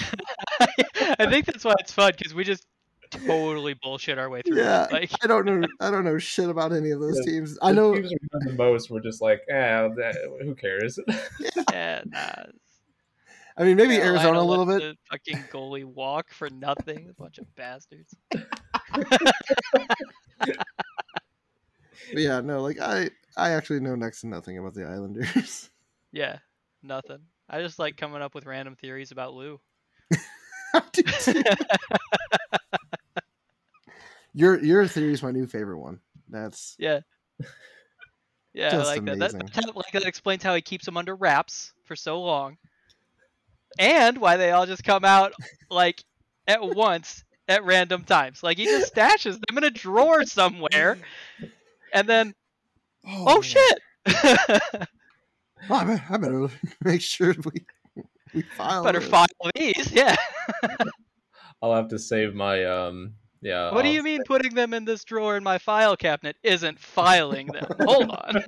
Speaker 2: I think that's why it's fun because we just totally bullshit our way through. it.
Speaker 1: Yeah.
Speaker 2: Like,
Speaker 1: i don't know i don't know shit about any of those
Speaker 3: Yeah.
Speaker 1: teams i
Speaker 3: the
Speaker 1: know
Speaker 3: teams we know the most. We're just like, eh, that- who cares?
Speaker 2: yeah, nah.
Speaker 1: i mean maybe
Speaker 2: Carolina
Speaker 1: arizona a
Speaker 2: let
Speaker 1: little bit
Speaker 2: the fucking goalie walk for nothing. A bunch of bastards.
Speaker 1: but yeah no like i i actually know next to nothing about the islanders
Speaker 2: Yeah, nothing. I just like coming up with random theories about Lou.
Speaker 1: your your theory is my new favorite one. That's
Speaker 2: yeah. Yeah, I
Speaker 1: Just
Speaker 2: like uh, that. that.
Speaker 1: amazing.
Speaker 2: that- Like that explains how he keeps them under wraps for so long, and why they all just come out like at once at random times. Like he just stashes them in a drawer somewhere, and then oh,
Speaker 1: man.
Speaker 2: shit,
Speaker 1: Oh, I bet- I better make sure we we file.
Speaker 2: better
Speaker 1: this.
Speaker 2: file these. Yeah.
Speaker 3: I'll have to save my um. Yeah.
Speaker 2: What do
Speaker 3: I'll-
Speaker 1: Oh.
Speaker 2: you mean putting them in this drawer in my file cabinet isn't filing them? Hold on.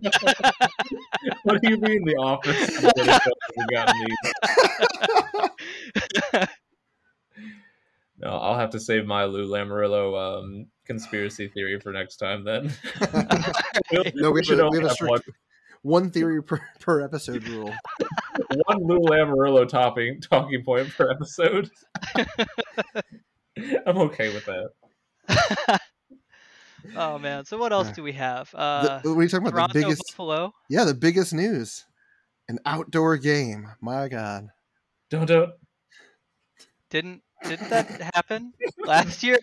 Speaker 3: What do you mean the office? is gonna go and got me? No, I'll have to save my Lou Lamarillo um, conspiracy theory for next time. Then We'll-
Speaker 1: No, we,
Speaker 3: should
Speaker 1: have a, we have a
Speaker 3: only have
Speaker 1: strict one. theory per, per episode rule.
Speaker 3: one, one Lou Lamarillo topping talking point per episode. I'm okay with that.
Speaker 2: oh man. So what else do we have? Uh,
Speaker 1: The- what are you talking about?
Speaker 2: Toronto
Speaker 1: the biggest,
Speaker 2: Buffalo.
Speaker 1: yeah, the biggest news, an outdoor game. My God,
Speaker 3: Don't don't.
Speaker 2: Didn't didn't that happen last year?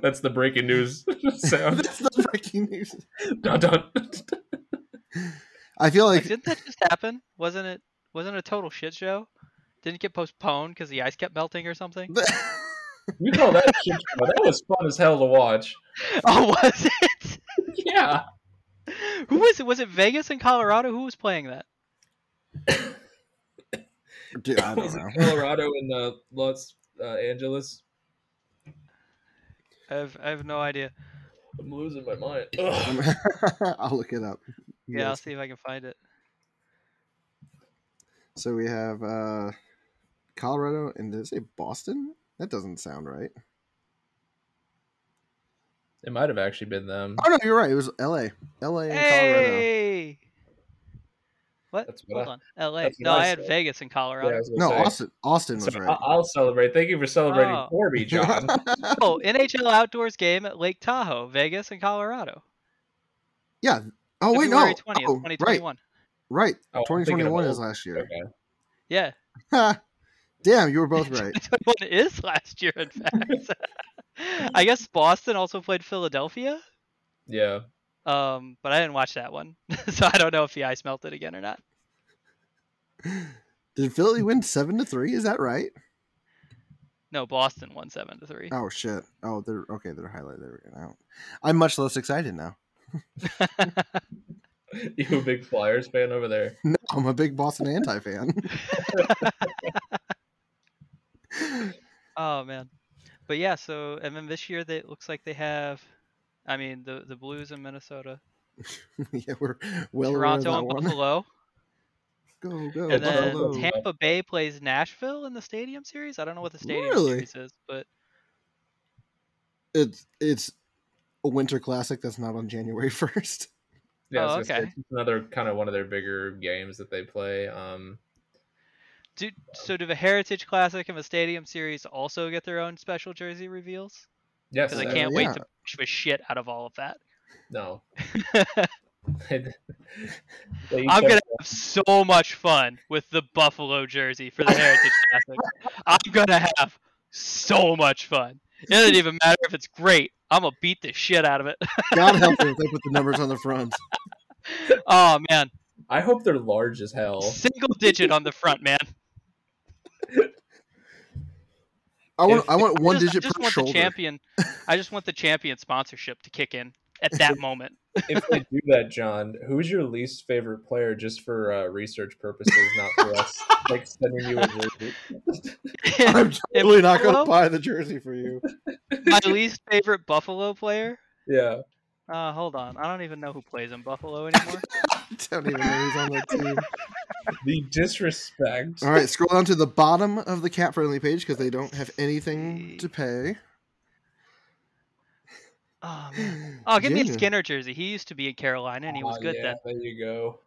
Speaker 3: That's the breaking news sound.
Speaker 1: that's the breaking news.
Speaker 3: Don't don't.
Speaker 1: I feel
Speaker 2: Like,
Speaker 1: like
Speaker 2: didn't that just happen? Wasn't it wasn't it a total shit show? Didn't it get postponed because the ice kept melting or something?
Speaker 3: You call that a shit show. That was fun as hell to watch.
Speaker 2: Oh, was it?
Speaker 3: Yeah.
Speaker 2: Who was it? Was it Vegas and Colorado? Who was playing that?
Speaker 1: Dude, I don't
Speaker 3: Was it
Speaker 1: know.
Speaker 3: Colorado and uh, Los uh, Angeles?
Speaker 2: I have, I have no idea.
Speaker 3: I'm losing my mind.
Speaker 1: I'll look it up.
Speaker 2: Yeah, I'll
Speaker 1: Yes.
Speaker 2: see if I can find it.
Speaker 1: So we have uh, Colorado and did it say Boston? That doesn't sound right.
Speaker 3: It might have actually been them.
Speaker 1: Oh no, you're right. It was L.A. L.A. and Colorado.
Speaker 2: Hey. What?
Speaker 3: That's what
Speaker 2: Hold
Speaker 3: I-
Speaker 2: on. L.A.
Speaker 3: that's what
Speaker 2: No,
Speaker 3: I
Speaker 2: I had
Speaker 3: said.
Speaker 2: Vegas and Colorado.
Speaker 1: No, Austin. Austin was right.
Speaker 3: I'll celebrate. Thank you for celebrating
Speaker 2: Oh.
Speaker 3: for me, uh, John.
Speaker 2: Oh, NHL outdoors game at Lake Tahoe, Vegas and Colorado.
Speaker 1: yeah. Oh wait, no.
Speaker 2: February 20th,
Speaker 1: Oh, right,
Speaker 2: 2021.
Speaker 1: right.
Speaker 3: Oh, I'm thinking of
Speaker 1: 2021 is
Speaker 3: old-
Speaker 1: last year.
Speaker 3: Okay.
Speaker 2: Yeah.
Speaker 1: Ha. Damn, you were both right.
Speaker 2: 2021 is last year, in fact. I guess Boston also played Philadelphia,
Speaker 3: Yeah.
Speaker 2: um, but I didn't watch that one, so I don't know if the ice melted again or not.
Speaker 1: Did Philly win seven to three? Is that right?
Speaker 2: No, Boston won seven to three.
Speaker 1: Oh shit. Oh, they're okay. They're highlighted. There we go. Now. I'm much less excited now.
Speaker 3: You a big Flyers fan over there.
Speaker 1: No, I'm a big Boston anti fan.
Speaker 2: Oh man, but yeah. So and then this year they it looks like they have, I mean the the Blues in Minnesota,
Speaker 1: yeah, we're well aware of
Speaker 2: Toronto
Speaker 1: that
Speaker 2: and
Speaker 1: one.
Speaker 2: Buffalo,
Speaker 1: Go go.
Speaker 2: and then
Speaker 1: Buffalo.
Speaker 3: Buffalo.
Speaker 2: Tampa Bay plays Nashville in the Stadium Series. I don't know what the Stadium
Speaker 1: Really?
Speaker 2: Series is, but
Speaker 1: It's it's a winter classic that's not on January first.
Speaker 3: Yeah,
Speaker 2: Oh,
Speaker 3: I was gonna say,
Speaker 2: okay.
Speaker 3: it's just another kind of one of their bigger games that they play. Um,
Speaker 2: do so do the Heritage Classic and the Stadium Series also get their own special jersey reveals?
Speaker 3: yes,
Speaker 2: Because I
Speaker 1: So,
Speaker 3: uh,
Speaker 2: can't wait
Speaker 1: yeah.
Speaker 2: to push the shit out of all of that.
Speaker 3: No,
Speaker 2: I'm gonna have so much fun with the Buffalo jersey for the Heritage Classic. I'm gonna have so much fun. It doesn't even matter if it's great. I'm gonna beat the shit out of it.
Speaker 1: God help them if they put the numbers on the front.
Speaker 2: oh man,
Speaker 3: I hope they're large as hell.
Speaker 2: single digit on the front, man.
Speaker 1: I want
Speaker 3: If-
Speaker 1: I want one
Speaker 2: I just, I
Speaker 1: digit
Speaker 2: just
Speaker 1: per
Speaker 2: want
Speaker 1: shoulder.
Speaker 2: the champion. I just want the champion sponsorship to kick in at that moment.
Speaker 3: if they do that, John, who's your least favorite player just for uh, research purposes, not for us like sending you a jersey?
Speaker 1: I'm
Speaker 2: In
Speaker 1: totally not going
Speaker 2: Buffalo?
Speaker 1: to buy the jersey for you.
Speaker 2: My least favorite Buffalo player.
Speaker 3: Yeah.
Speaker 2: Uh, hold on, I don't even know who plays in Buffalo anymore.
Speaker 1: don't even know who's on that team.
Speaker 3: The disrespect.
Speaker 1: All right, scroll down to the bottom of the cat friendly page because they don't have anything to pay.
Speaker 2: Oh man. Oh, give me a
Speaker 1: Genuine.
Speaker 2: Skinner jersey. He used to be in Carolina and he was
Speaker 3: Aw,
Speaker 2: good
Speaker 3: Oh, yeah,
Speaker 2: then.
Speaker 3: There you go.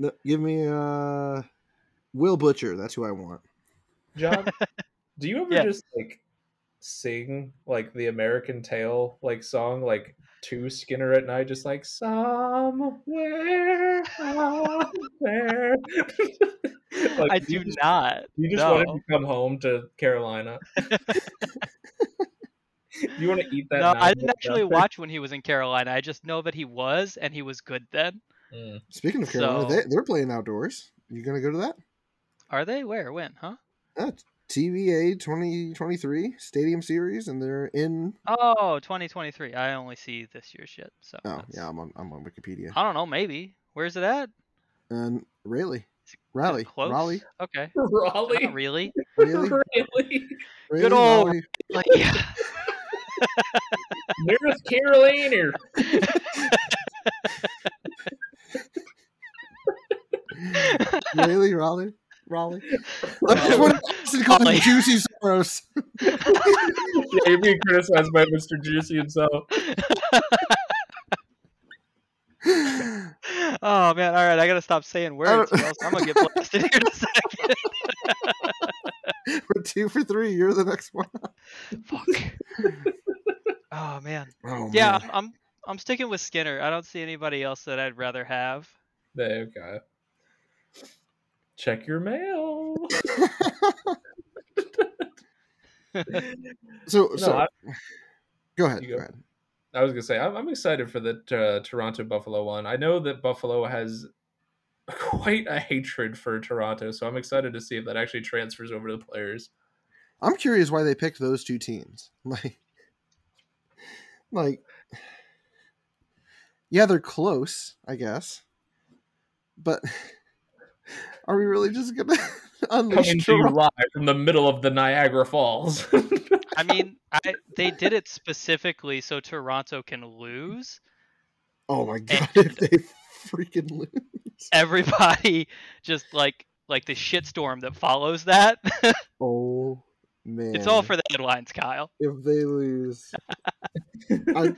Speaker 1: No, give me uh, Will Butcher. That's who I want.
Speaker 3: John, do you ever
Speaker 2: Yeah.
Speaker 3: just like sing like the American Tale like song like to Skinner at night, just like somewhere out there. like,
Speaker 2: I
Speaker 3: you
Speaker 2: do
Speaker 3: just,
Speaker 2: not.
Speaker 3: You just
Speaker 2: no.
Speaker 3: wanted to come home to Carolina. you want to eat that? eh?
Speaker 2: No, I
Speaker 3: nine
Speaker 2: didn't
Speaker 3: out
Speaker 2: actually
Speaker 3: there?
Speaker 2: watch when he was in Carolina. I just know that he was, and he was good then.
Speaker 3: Mm.
Speaker 1: Speaking of Carolina,
Speaker 2: So-
Speaker 1: they, they're playing outdoors. You gonna go to that?
Speaker 2: Are they? Where? When? Huh?
Speaker 1: Uh, TVA 2023 Stadium Series, and they're in.
Speaker 2: Oh, 2023. I only see this year's shit. So.
Speaker 1: Oh
Speaker 2: that's-
Speaker 1: yeah, I'm on I'm on Wikipedia.
Speaker 2: I don't know. Maybe. Where's it at? Is
Speaker 1: And Raleigh,
Speaker 2: it
Speaker 1: Raleigh,
Speaker 2: Close.
Speaker 1: Raleigh,
Speaker 2: Okay. Not
Speaker 3: Raleigh,
Speaker 2: really.
Speaker 1: Raleigh,
Speaker 3: Raleigh,
Speaker 1: Raleigh,
Speaker 2: old-
Speaker 1: Raleigh.
Speaker 2: Like, yeah.
Speaker 3: North Carolina.
Speaker 1: Raleigh, Raleigh, Raleigh. I just
Speaker 2: Raleigh.
Speaker 1: want to call him
Speaker 2: Raleigh.
Speaker 1: Juicy Soros.
Speaker 3: yeah, you're being criticized by Mr. Juicy himself.
Speaker 1: I
Speaker 2: Oh man. All right. I gotta stop saying words.
Speaker 1: don't-
Speaker 2: Or else I'm gonna get blasted here in a second.
Speaker 1: We're two for three. You're the next one.
Speaker 2: Fuck. Oh man.
Speaker 1: Oh,
Speaker 2: yeah.
Speaker 1: man.
Speaker 2: I'm, I'm. I'm sticking with Skinner. I don't see anybody else that I'd rather have.
Speaker 3: There, okay. Check your mail.
Speaker 1: So,
Speaker 3: No,
Speaker 1: so
Speaker 3: I-
Speaker 1: go ahead.
Speaker 3: You
Speaker 1: Go
Speaker 3: go.
Speaker 1: ahead.
Speaker 3: I was gonna say I'm, I'm excited for the uh, Toronto Buffalo one. I know that Buffalo has quite a hatred for Toronto, so I'm excited to see if that actually transfers over to the players.
Speaker 1: I'm curious why they picked those two teams. Like, like, yeah, they're close, I guess. But are we really just gonna unleash
Speaker 3: Coming to you
Speaker 1: Toronto?
Speaker 3: live from the middle of the Niagara Falls.
Speaker 2: I mean, I, they did it specifically so Toronto can lose.
Speaker 1: Oh my god! If they freaking lose,
Speaker 2: Everybody just like like the shitstorm that follows that.
Speaker 1: oh man,
Speaker 2: it's all for the headlines, Kyle.
Speaker 1: if they lose. I,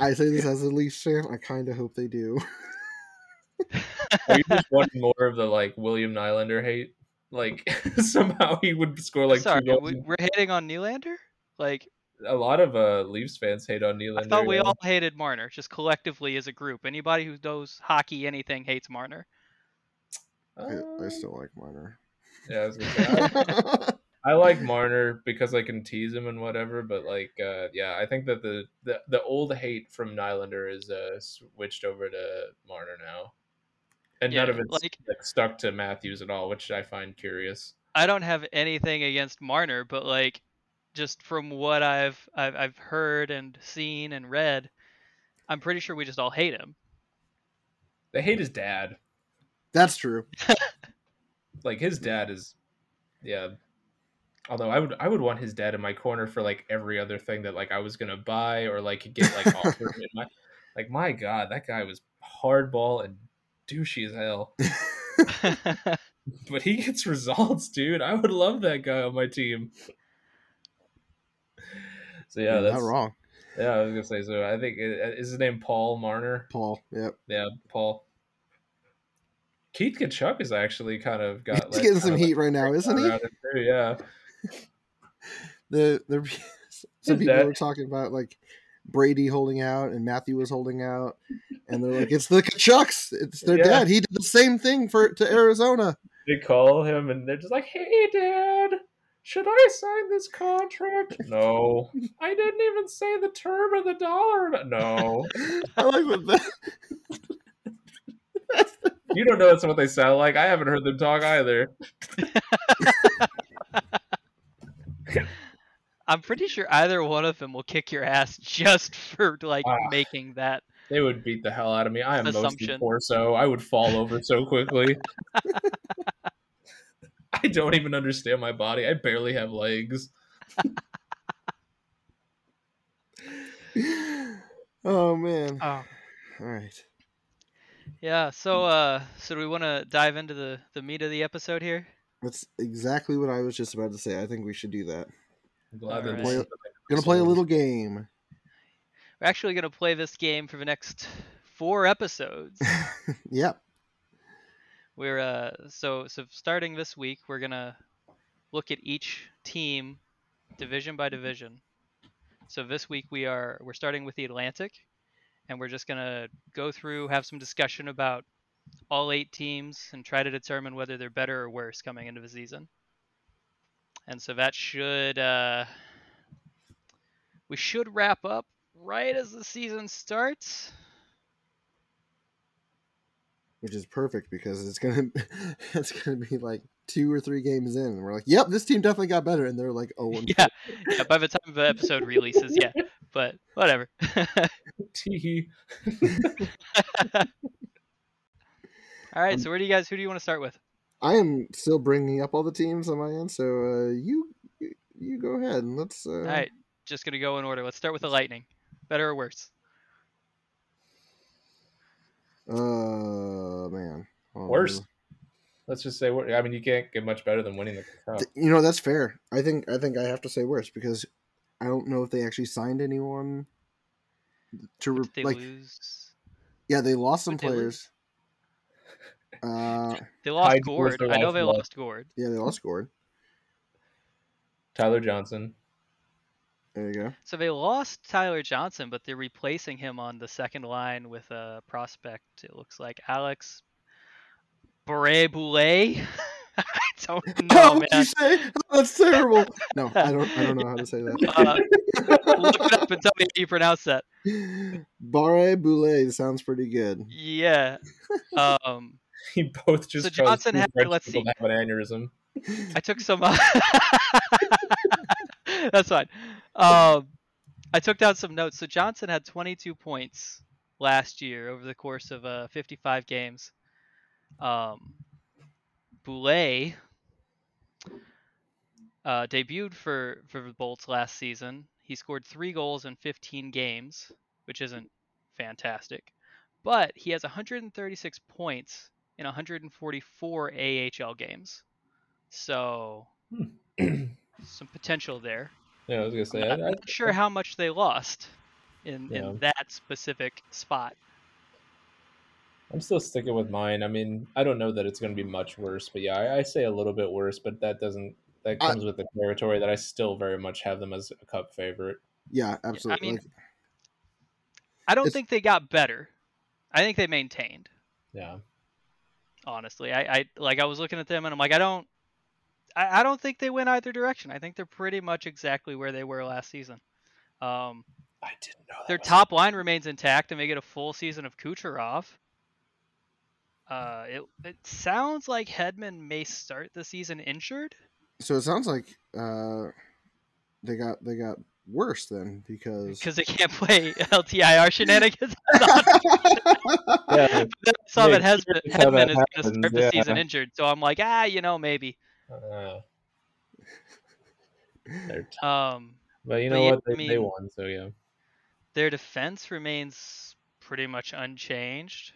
Speaker 1: I say this as a Leafs fan. I kind of hope they do.
Speaker 3: Are you just wanting more of the like William Nylander hate? Like somehow he would score like
Speaker 2: Sorry,
Speaker 3: two goals.
Speaker 2: we, we're hitting on Nylander. Like
Speaker 3: a lot of uh, Leafs fans hate on Nylander.
Speaker 2: I thought we
Speaker 3: yeah.
Speaker 2: all hated Marner, just collectively as a group. Anybody who knows hockey, anything hates Marner.
Speaker 1: I, I
Speaker 3: Uh,
Speaker 1: still like Marner.
Speaker 3: Yeah, I, was gonna say, I- I like Marner because I can tease him and whatever, but like, uh, yeah, I think that the, the the old hate from Nylander is uh, switched over to Marner now, and none
Speaker 2: Yeah,
Speaker 3: of it's like,
Speaker 2: like-
Speaker 3: stuck to Matthews at all, which I find curious.
Speaker 2: I don't have anything against Marner, but like just from what I've I've, I've heard and seen and read, I'm pretty sure we just all hate him.
Speaker 3: They hate his dad.
Speaker 1: That's true.
Speaker 3: Like his dad is, yeah. Although I would I would want his dad in my corner for like every other thing that like I was gonna buy or like get like offered. in my, like my God, that guy was hardball and douchey as hell. but he gets results, dude. I would love that guy on my team. So yeah,
Speaker 1: You're
Speaker 3: that's
Speaker 1: not wrong,
Speaker 3: yeah. I was gonna say so. I think uh, is his name Paul Marner.
Speaker 1: Paul. Yep.
Speaker 3: Yeah, Paul. Keith Kachuk has actually kind of got
Speaker 1: He's
Speaker 3: like,
Speaker 1: getting some
Speaker 3: kinda, like,
Speaker 1: heat right now, isn't he?
Speaker 3: around it too, yeah,
Speaker 1: The the some
Speaker 3: Is
Speaker 1: people
Speaker 3: that-
Speaker 1: were talking about like Brady holding out and Matthew was holding out, and they're like, "It's the Kachucks. It's their
Speaker 3: Yeah.
Speaker 1: dad. He did the same thing for to Arizona."
Speaker 3: they call him and they're just like, "Hey, Dad." Should I sign this contract? No. I didn't even say the term of the dollar. No.
Speaker 1: I like what that.
Speaker 3: You don't know that's what they sound like. I haven't heard them talk either.
Speaker 2: I'm pretty sure either one of them will kick your ass just for like
Speaker 3: Ah.
Speaker 2: making that.
Speaker 3: They would beat the hell out of me. I am mostly
Speaker 2: Assumption.
Speaker 3: torso. I would fall over so quickly. I don't even understand my body. I barely have legs.
Speaker 1: Oh man!
Speaker 3: Uh,
Speaker 2: Oh.
Speaker 1: All right.
Speaker 2: Yeah. So, uh, so do we want to dive into the the meat of the episode here?
Speaker 1: That's exactly what I was just about to say. I think we should do that.
Speaker 3: I'm glad
Speaker 2: All
Speaker 3: that
Speaker 2: right.
Speaker 3: this is
Speaker 1: Play-
Speaker 3: the thing.
Speaker 1: Gonna play a little game.
Speaker 2: We're actually gonna play this game for the next four episodes.
Speaker 1: Yep.
Speaker 2: we're uh, so so starting this week, we're gonna look at each team division by division. So this week we are we're starting with the Atlantic, and we're just gonna go through, have some discussion about all eight teams, and try to determine whether they're better or worse coming into the season. And so that should uh, we should wrap up right as the season starts.
Speaker 1: which is perfect because it's gonna it's gonna be like two or three games in, and we're like, "Yep, this team definitely got better," and they're like, "Oh, and
Speaker 2: Yeah, yeah. By the time the episode releases, yeah. But whatever.
Speaker 3: Tee-hee.
Speaker 2: All
Speaker 1: Um,
Speaker 2: right. So where do you guys? Who do you want to start with?
Speaker 1: I am still bringing up all the teams on my end, so uh, you you go ahead and let's. Uh,
Speaker 2: All right. Just gonna go in order. Let's start with the Lightning. Better or worse?
Speaker 1: Uh, man. Hold on.
Speaker 3: Worse.
Speaker 1: Oh.
Speaker 3: Let's just say, wor- I mean, you can't get much better than winning the cup.
Speaker 1: Th- You know that's fair. I think I think I have to say worse because I don't know if they actually signed anyone to
Speaker 2: Or
Speaker 1: re-
Speaker 2: Did they
Speaker 1: like.
Speaker 2: lose?
Speaker 1: Yeah, they lost some
Speaker 2: Who'd they lose?
Speaker 1: players. Uh,
Speaker 2: They lost
Speaker 3: Hyde was
Speaker 2: Gord.
Speaker 3: their
Speaker 2: I know they
Speaker 3: lifeblood.
Speaker 2: lost Gord.
Speaker 1: yeah, they lost Gord.
Speaker 3: Tyler Johnson.
Speaker 1: There you go.
Speaker 2: So they lost Tyler Johnson, but they're replacing him on the second line with a prospect. It looks like Alex Breboulet. I don't
Speaker 1: How
Speaker 2: know,
Speaker 1: would
Speaker 2: man.
Speaker 1: you say? Oh, that's terrible. No, I don't. I don't know how to say
Speaker 2: Uh,
Speaker 1: that.
Speaker 2: look it up and tell me how you pronounce that.
Speaker 1: Barre Boulay sounds pretty good.
Speaker 2: Yeah. Um,
Speaker 3: You both just
Speaker 2: So
Speaker 3: chose
Speaker 2: Johnson
Speaker 3: two
Speaker 2: had-
Speaker 3: French
Speaker 2: let's
Speaker 3: people
Speaker 2: see.
Speaker 3: to have an aneurysm.
Speaker 2: I took some. Uh... That's fine. Um, I took down some notes. So Johnson had 22 points last year over the course of uh, 55 games. Um, Boulay uh, debuted for for the Bolts last season. He scored three goals in 15 games, which isn't fantastic, but he has 136 points in 144 AHL games. So some potential there.
Speaker 3: Yeah, I was gonna say.
Speaker 2: I'm not,
Speaker 3: I, I,
Speaker 2: not sure how much they lost in
Speaker 3: Yeah.
Speaker 2: in that specific spot.
Speaker 3: I'm still sticking with mine. I mean, I don't know that it's going to be much worse, but yeah, I, I say a little bit worse, but that doesn't that
Speaker 1: I-
Speaker 3: comes with the territory that I still very much have them as a cup favorite.
Speaker 1: Yeah, absolutely.
Speaker 2: mean-
Speaker 1: Like,
Speaker 2: I don't
Speaker 1: It's-
Speaker 2: think they got better. I think they maintained.
Speaker 3: Yeah,
Speaker 2: Honestly, I, I like I was looking at them and I'm like I don't. I, I don't think they went either direction. I think they're pretty much exactly where they were last season. Um,
Speaker 3: I didn't know that
Speaker 2: their
Speaker 3: was-
Speaker 2: top line remains intact, and they get a full season of Kucherov. Uh, it it sounds like Hedman may start the season injured.
Speaker 1: so it sounds like uh, they got they got worse then because.
Speaker 2: because they can't play LTIR shenanigans.
Speaker 3: Yeah,
Speaker 2: Then I saw
Speaker 3: Yeah,
Speaker 2: that Hes-
Speaker 3: curious how
Speaker 2: Hedman
Speaker 3: that
Speaker 2: is going to
Speaker 3: happens,
Speaker 2: start the season
Speaker 3: yeah.
Speaker 2: injured, so I'm like, ah, you know, maybe.
Speaker 3: uh, they're t-
Speaker 2: Um,
Speaker 3: but you
Speaker 2: But
Speaker 3: know
Speaker 2: yeah,
Speaker 3: what?
Speaker 2: I
Speaker 3: They, they
Speaker 2: mean-
Speaker 3: won, so yeah.
Speaker 2: their defense remains pretty much unchanged.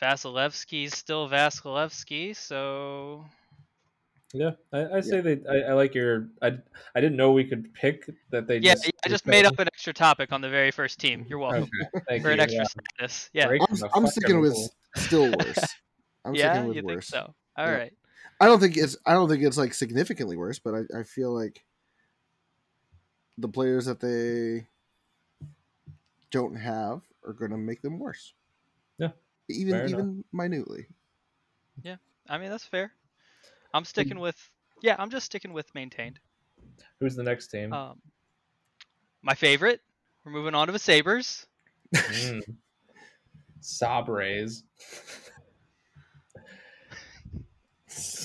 Speaker 2: Vasilevsky's still Vasilevsky, so
Speaker 3: Yeah, I, I say they. I, I like your. I, I didn't know we could pick that they.
Speaker 2: yeah,
Speaker 3: just,
Speaker 2: I just made up an extra topic on the very first team. You're welcome.
Speaker 3: Okay, thank
Speaker 2: For
Speaker 3: you.
Speaker 2: an extra
Speaker 3: yeah.
Speaker 2: status, yeah,
Speaker 3: Breaking
Speaker 1: I'm,
Speaker 3: the
Speaker 1: I'm
Speaker 3: fuck out
Speaker 1: sticking
Speaker 3: of
Speaker 1: with
Speaker 3: the-
Speaker 1: still worse. I'm
Speaker 2: yeah,
Speaker 1: sticking
Speaker 2: you
Speaker 1: with
Speaker 2: think
Speaker 1: worse.
Speaker 2: so? All
Speaker 1: Yeah.
Speaker 2: right,
Speaker 1: I don't think it's I don't think it's like significantly worse, but I, I feel like the players that they don't have are going to make them worse.
Speaker 3: Yeah,
Speaker 1: Even
Speaker 3: fair enough.
Speaker 1: even minutely.
Speaker 2: I mean that's fair. I'm
Speaker 3: Mm.
Speaker 2: sticking with yeah, I'm just sticking with maintained.
Speaker 3: Who's the next team?
Speaker 2: Um, my favorite. We're moving on to the Sabers.
Speaker 3: Mm. Sabres.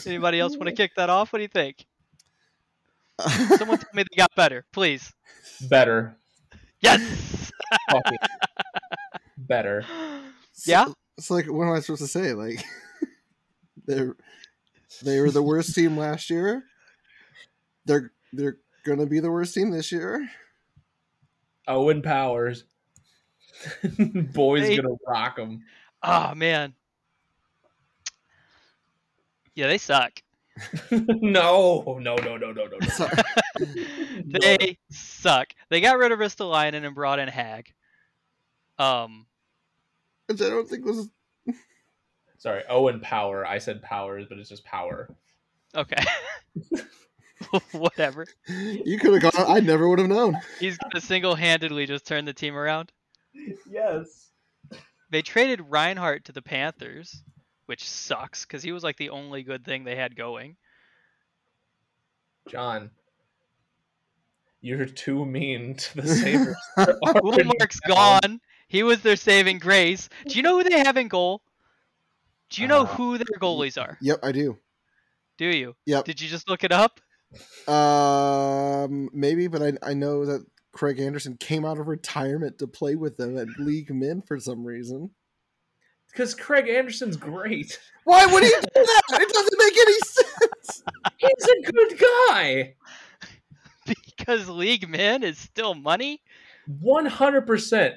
Speaker 2: Anybody else want to kick that off? What do you think? Someone tell me they got better, please.
Speaker 3: Better.
Speaker 2: Yes.
Speaker 3: Fucking better.
Speaker 1: It's-
Speaker 2: Yeah.
Speaker 1: It's like what am I supposed to say? Like they they were the worst team last year. They're they're going to be the worst team this year.
Speaker 3: Owen Powers. Boy's
Speaker 2: Hey.
Speaker 3: gonna rock him.
Speaker 2: Oh man. Yeah, they suck.
Speaker 3: no, no, no, no, no, no. no.
Speaker 1: So-
Speaker 2: they suck. They got rid of Ristolainen and brought in Hag. Um,
Speaker 1: which I don't think was
Speaker 3: Sorry, Owen Power. I said Powers, but it's just Power.
Speaker 2: okay. Whatever.
Speaker 1: You could have gone. I never would have known.
Speaker 2: He's gonna single-handedly just turn the team around.
Speaker 4: yes.
Speaker 2: They traded Reinhardt to the Panthers, which sucks because he was like the only good thing they had going.
Speaker 3: John, you're too mean to the Sabres.
Speaker 2: Woolmark's gone. He was their saving grace. Do you know who they have in goal? Do you know
Speaker 4: Uh,
Speaker 2: who their goalies are?
Speaker 1: Yep, I do.
Speaker 2: Do you?
Speaker 1: Yep.
Speaker 2: Did you just look it up?
Speaker 1: Um, maybe, but I I know that Craig Anderson came out of retirement to play with them at League Men for some reason.
Speaker 3: Because Craig Anderson's great.
Speaker 1: Why would he do that? It doesn't make any sense.
Speaker 3: He's a good guy.
Speaker 2: Because league men is still money.
Speaker 3: 100%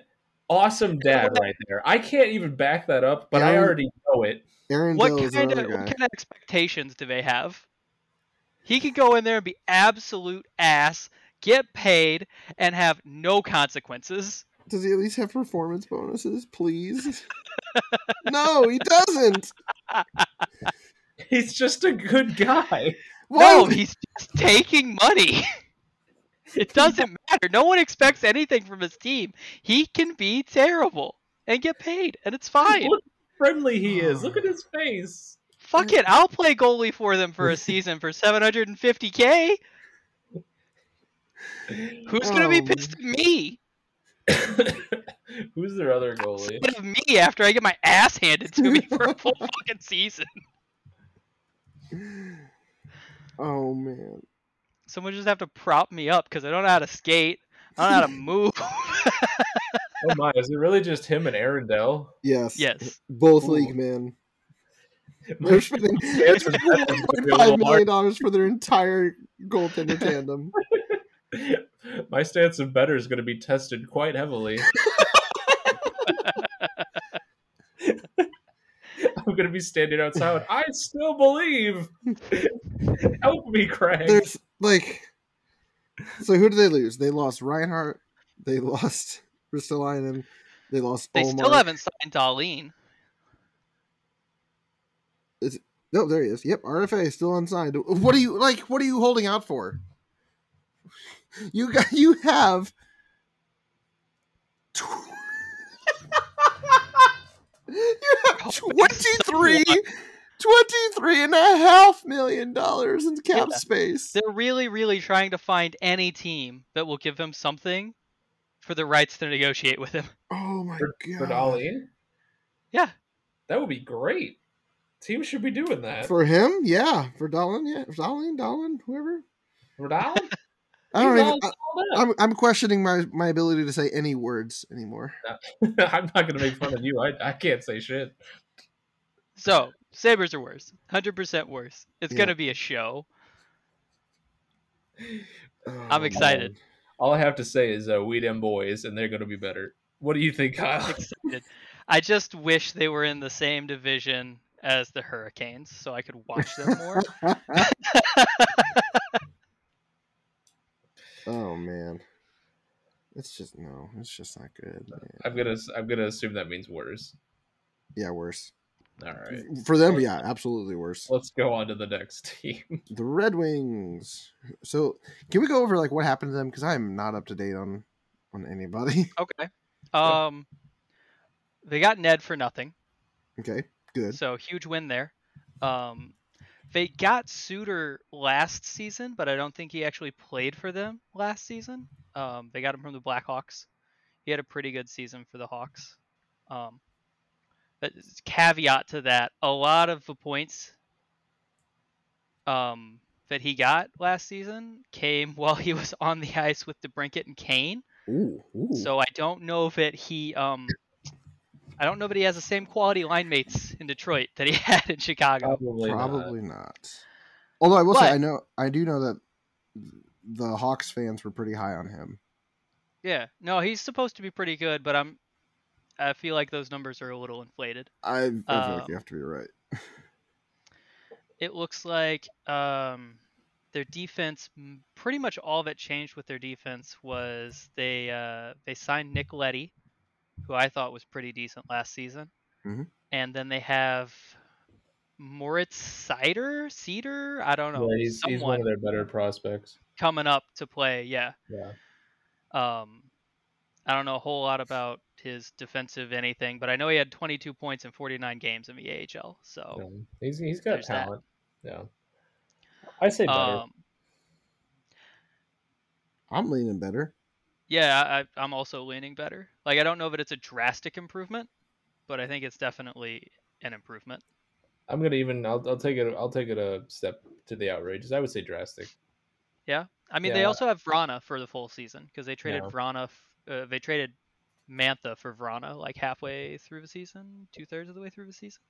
Speaker 3: awesome dad right there. I can't even back that up, but I
Speaker 1: Yeah.
Speaker 3: already know it.
Speaker 1: Aaron
Speaker 2: What
Speaker 1: Dell is
Speaker 2: kind, of,
Speaker 1: another
Speaker 2: what
Speaker 1: guy.
Speaker 2: kind of expectations do they have? He could go in there and be absolute ass, get paid, and have no consequences.
Speaker 1: Does he at least have performance bonuses, please? no, he doesn't.
Speaker 3: He's just a good guy.
Speaker 1: Why?
Speaker 2: No, he's just taking money. it doesn't matter. No one expects anything from his team. He can be terrible and get paid, and it's fine.
Speaker 3: Look how friendly he is. Look at his face.
Speaker 2: Fuck it, I'll play goalie for them for a season for 750k. Who's gonna be
Speaker 1: Oh.
Speaker 2: pissed at me?
Speaker 3: Who's their other goalie?
Speaker 2: Instead of me after I get my ass handed to me for a full fucking season.
Speaker 1: oh man.
Speaker 2: Someone just have to prop me up because I don't know how to skate. I don't know how to move.
Speaker 3: Oh my, is it really just him and Arendelle?
Speaker 1: Yes.
Speaker 2: yes.
Speaker 1: Both
Speaker 3: Ooh.
Speaker 1: league men. They're
Speaker 3: My
Speaker 1: spending
Speaker 3: answer to that one's gonna be a
Speaker 1: five
Speaker 3: little
Speaker 1: million dollars for their entire goaltender tandem.
Speaker 3: hard. My stance of better is going to be tested quite heavily. I'm going to be standing outside. I still believe. Help me, Craig.
Speaker 1: There's like, so who did they lose? They lost Reinhardt. They lost Ristolainen. They lost.
Speaker 2: They
Speaker 1: Olmark.
Speaker 2: still haven't signed Darlene.
Speaker 1: No, Oh, there he is. Yep, RFA still unsigned. What are you like? What are you holding out for? You got. You have. tw- you have
Speaker 2: Oh,
Speaker 1: 23, 23 and a half million dollars in cap
Speaker 2: Yeah.
Speaker 1: space.
Speaker 2: They're really, really trying to find any team that will give him something for the rights to negotiate with him.
Speaker 1: Oh my
Speaker 3: For-
Speaker 1: god!
Speaker 3: for Darlene?
Speaker 2: Yeah.
Speaker 3: That would be great. Teams should be doing that. For,
Speaker 1: For him, yeah. For Dolan, yeah. For Dolan, Dolan, whoever.
Speaker 3: Dallas?
Speaker 1: I don't
Speaker 3: He's
Speaker 1: even. I,
Speaker 3: all dolled
Speaker 1: I'm I'm questioning my my ability to say any words anymore.
Speaker 3: up. I'm not going to make fun of you. I, I can't say shit.
Speaker 2: So, Sabres are worse. 100% worse. It's
Speaker 1: Yeah.
Speaker 2: going to be a show.
Speaker 1: Oh,
Speaker 2: excited.
Speaker 1: man.
Speaker 3: All I have to say is uh, we them boys, and they're going to be better. What do you think, Kyle?
Speaker 2: Excited. I just wish they were in the same division as the Hurricanes so I could watch them more.
Speaker 1: Oh man, it's just no, it's just not good. man.
Speaker 3: I'm gonna I'm gonna assume that means worse.
Speaker 1: Yeah, worse
Speaker 3: All right,
Speaker 1: for them. Yeah, absolutely worse.
Speaker 3: let's go on to the next team.
Speaker 1: The Red Wings. So can we go over like what happened to them? Because I'm not up to date on on anybody.
Speaker 2: Okay. Um, they got Ned for nothing.
Speaker 1: okay, good.
Speaker 2: So huge win there. Um, they got Suter last season, but I don't think he actually played for them last season. Um, they got him from the Blackhawks. He had a pretty good season for the Hawks. Um, but s- caveat to that, a lot of the points um, that he got last season came while he was on the ice with DeBrinket and Kane.
Speaker 1: Ooh, ooh.
Speaker 2: So I don't know that he um I don't know that he has the same quality line mates in Detroit that he had in Chicago.
Speaker 3: Probably, not.
Speaker 1: Probably not. Although I will say,
Speaker 2: But-
Speaker 1: I know, I do know that the Hawks fans were pretty high on him.
Speaker 2: Yeah. No, he's supposed to be pretty good, but I'm I feel like those numbers are a little inflated.
Speaker 1: I, I feel like
Speaker 2: Um,
Speaker 1: you have to be right.
Speaker 2: It looks like um their defense m- pretty much all that changed with their defense was they uh they signed Nick Letty,
Speaker 3: Mm-hmm.
Speaker 2: who I thought was pretty decent last season.
Speaker 1: Mhm.
Speaker 2: And then they have Moritz Sider, Cedar. I don't know.
Speaker 3: Yeah, he's, he's one
Speaker 2: someone
Speaker 3: of their better prospects.
Speaker 2: coming up to play. Yeah.
Speaker 3: Yeah.
Speaker 2: Um, I don't know a whole lot about his defensive anything, but I know he had 22 points in 49 games in the AHL. So,
Speaker 3: Um, He's he's got
Speaker 2: Oh. There's that.
Speaker 3: talent. Yeah. I say better.
Speaker 2: um,
Speaker 1: I'm leaning better.
Speaker 2: yeah, I, I- I'm also leaning better. Like, I don't know that it's a drastic improvement, but I think it's definitely an improvement.
Speaker 3: I'm gonna even I'll, I'll take it I'll take it a step to the outrageous. I would say drastic.
Speaker 2: I mean, they
Speaker 3: Yeah.
Speaker 2: also have Vrana for the full season because they traded
Speaker 3: Yeah.
Speaker 2: Vrana. F- uh, they traded Mantha for Vrana like halfway through the season, two thirds of the way through the season.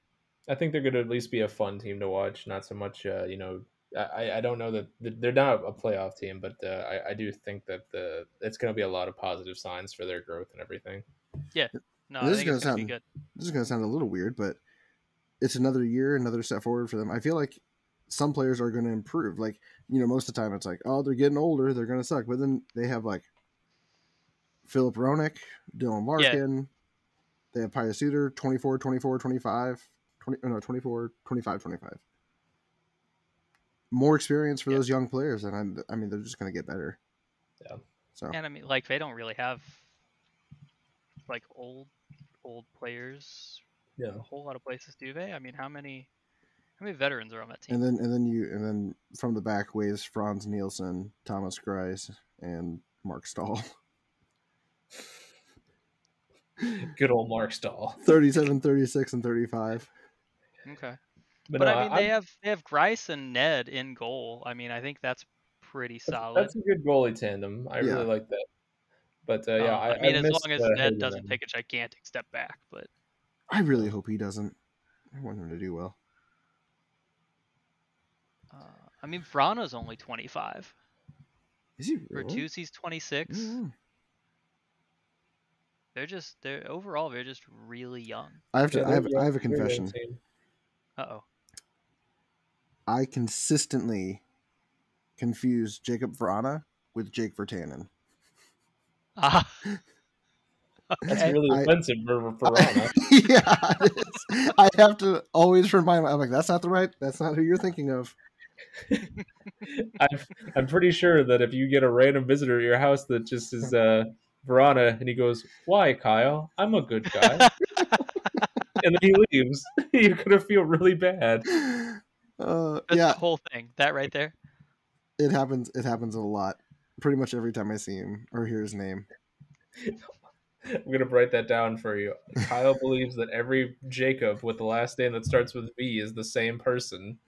Speaker 3: I think they're gonna at least be a fun team to watch. Not so much, uh, you know. I, I- I don't know that they're not a playoff team, but uh, I, I do think that the it's going to be a lot of positive signs for their growth and everything.
Speaker 2: No,
Speaker 1: This
Speaker 2: I think it's
Speaker 1: goes
Speaker 2: gonna be
Speaker 1: on.
Speaker 2: good.
Speaker 1: This is going to sound a little weird, but it's another year, another step forward for them. I feel like some players are going to improve. Like, you know, most of the time it's like, oh, they're getting older, they're going to suck. But then they have like Philip Ronick, Dylan Larkin. They have Pius Suter, 24, 24, 25, 20, oh, no, 24, 25, 25. More experience for
Speaker 2: Yeah.
Speaker 1: those young players. And I'm, I mean, they're just going to get better.
Speaker 3: Yeah.
Speaker 1: So,
Speaker 2: And I mean, like they don't really have like old old players
Speaker 3: Yeah,
Speaker 2: a whole lot of places, do they? I mean, how many how many veterans are on that team?
Speaker 1: And then and then you and then from the back waves Franz Nielsen, Thomas Grice, and Mark Stahl.
Speaker 3: good old Mark Stahl.
Speaker 1: 37, 36, and 35.
Speaker 2: okay,
Speaker 3: But,
Speaker 2: but,
Speaker 3: no,
Speaker 2: I mean,
Speaker 3: I'm-
Speaker 2: they have they have Grice and Ned in goal. I mean, I think that's pretty solid.
Speaker 3: That's a good goalie tandem. I
Speaker 1: Yeah.
Speaker 3: really like that. But uh, yeah,
Speaker 2: Um,
Speaker 3: I,
Speaker 2: I mean, as
Speaker 3: missed,
Speaker 2: long as
Speaker 3: uh,
Speaker 2: Ned
Speaker 3: Hagelin.
Speaker 2: doesn't take a gigantic step back, but
Speaker 1: I really hope he doesn't. I want him to do well.
Speaker 2: Uh, I mean, Vrana's only 25.
Speaker 1: Is he
Speaker 2: Really?
Speaker 1: really?
Speaker 2: Bertuzzi's 26.
Speaker 3: Mm-hmm.
Speaker 1: Mm.
Speaker 2: They're just they're overall they're just really young.
Speaker 1: I have
Speaker 3: Yeah,
Speaker 1: to. I
Speaker 3: they're
Speaker 1: have.
Speaker 3: young-
Speaker 1: I have a
Speaker 3: they're young
Speaker 1: confession.
Speaker 3: team.
Speaker 2: Uh oh.
Speaker 1: I consistently confuse Jacob Verana with Jake Vertanen.
Speaker 2: Ah,
Speaker 3: That's
Speaker 2: Okay.
Speaker 3: really
Speaker 1: I-
Speaker 3: offensive for for Rana.
Speaker 1: yeah, it is. I have to always remind. my- I'm like, that's not the right. That's not who you're thinking of.
Speaker 3: I'm, I'm pretty sure that if you get a random visitor at your house that just is uh, Verana and he goes, Why, Kyle? I'm a good guy. and then he leaves, you're going to feel really bad.
Speaker 1: Uh,
Speaker 2: that's
Speaker 1: yeah,
Speaker 2: the whole thing. That right there.
Speaker 1: it happens it happens a lot pretty much every time i see him or hear his name
Speaker 3: I'm going to write that down for you. Kyle believes that every Jacob with the last name that starts with V is the same person.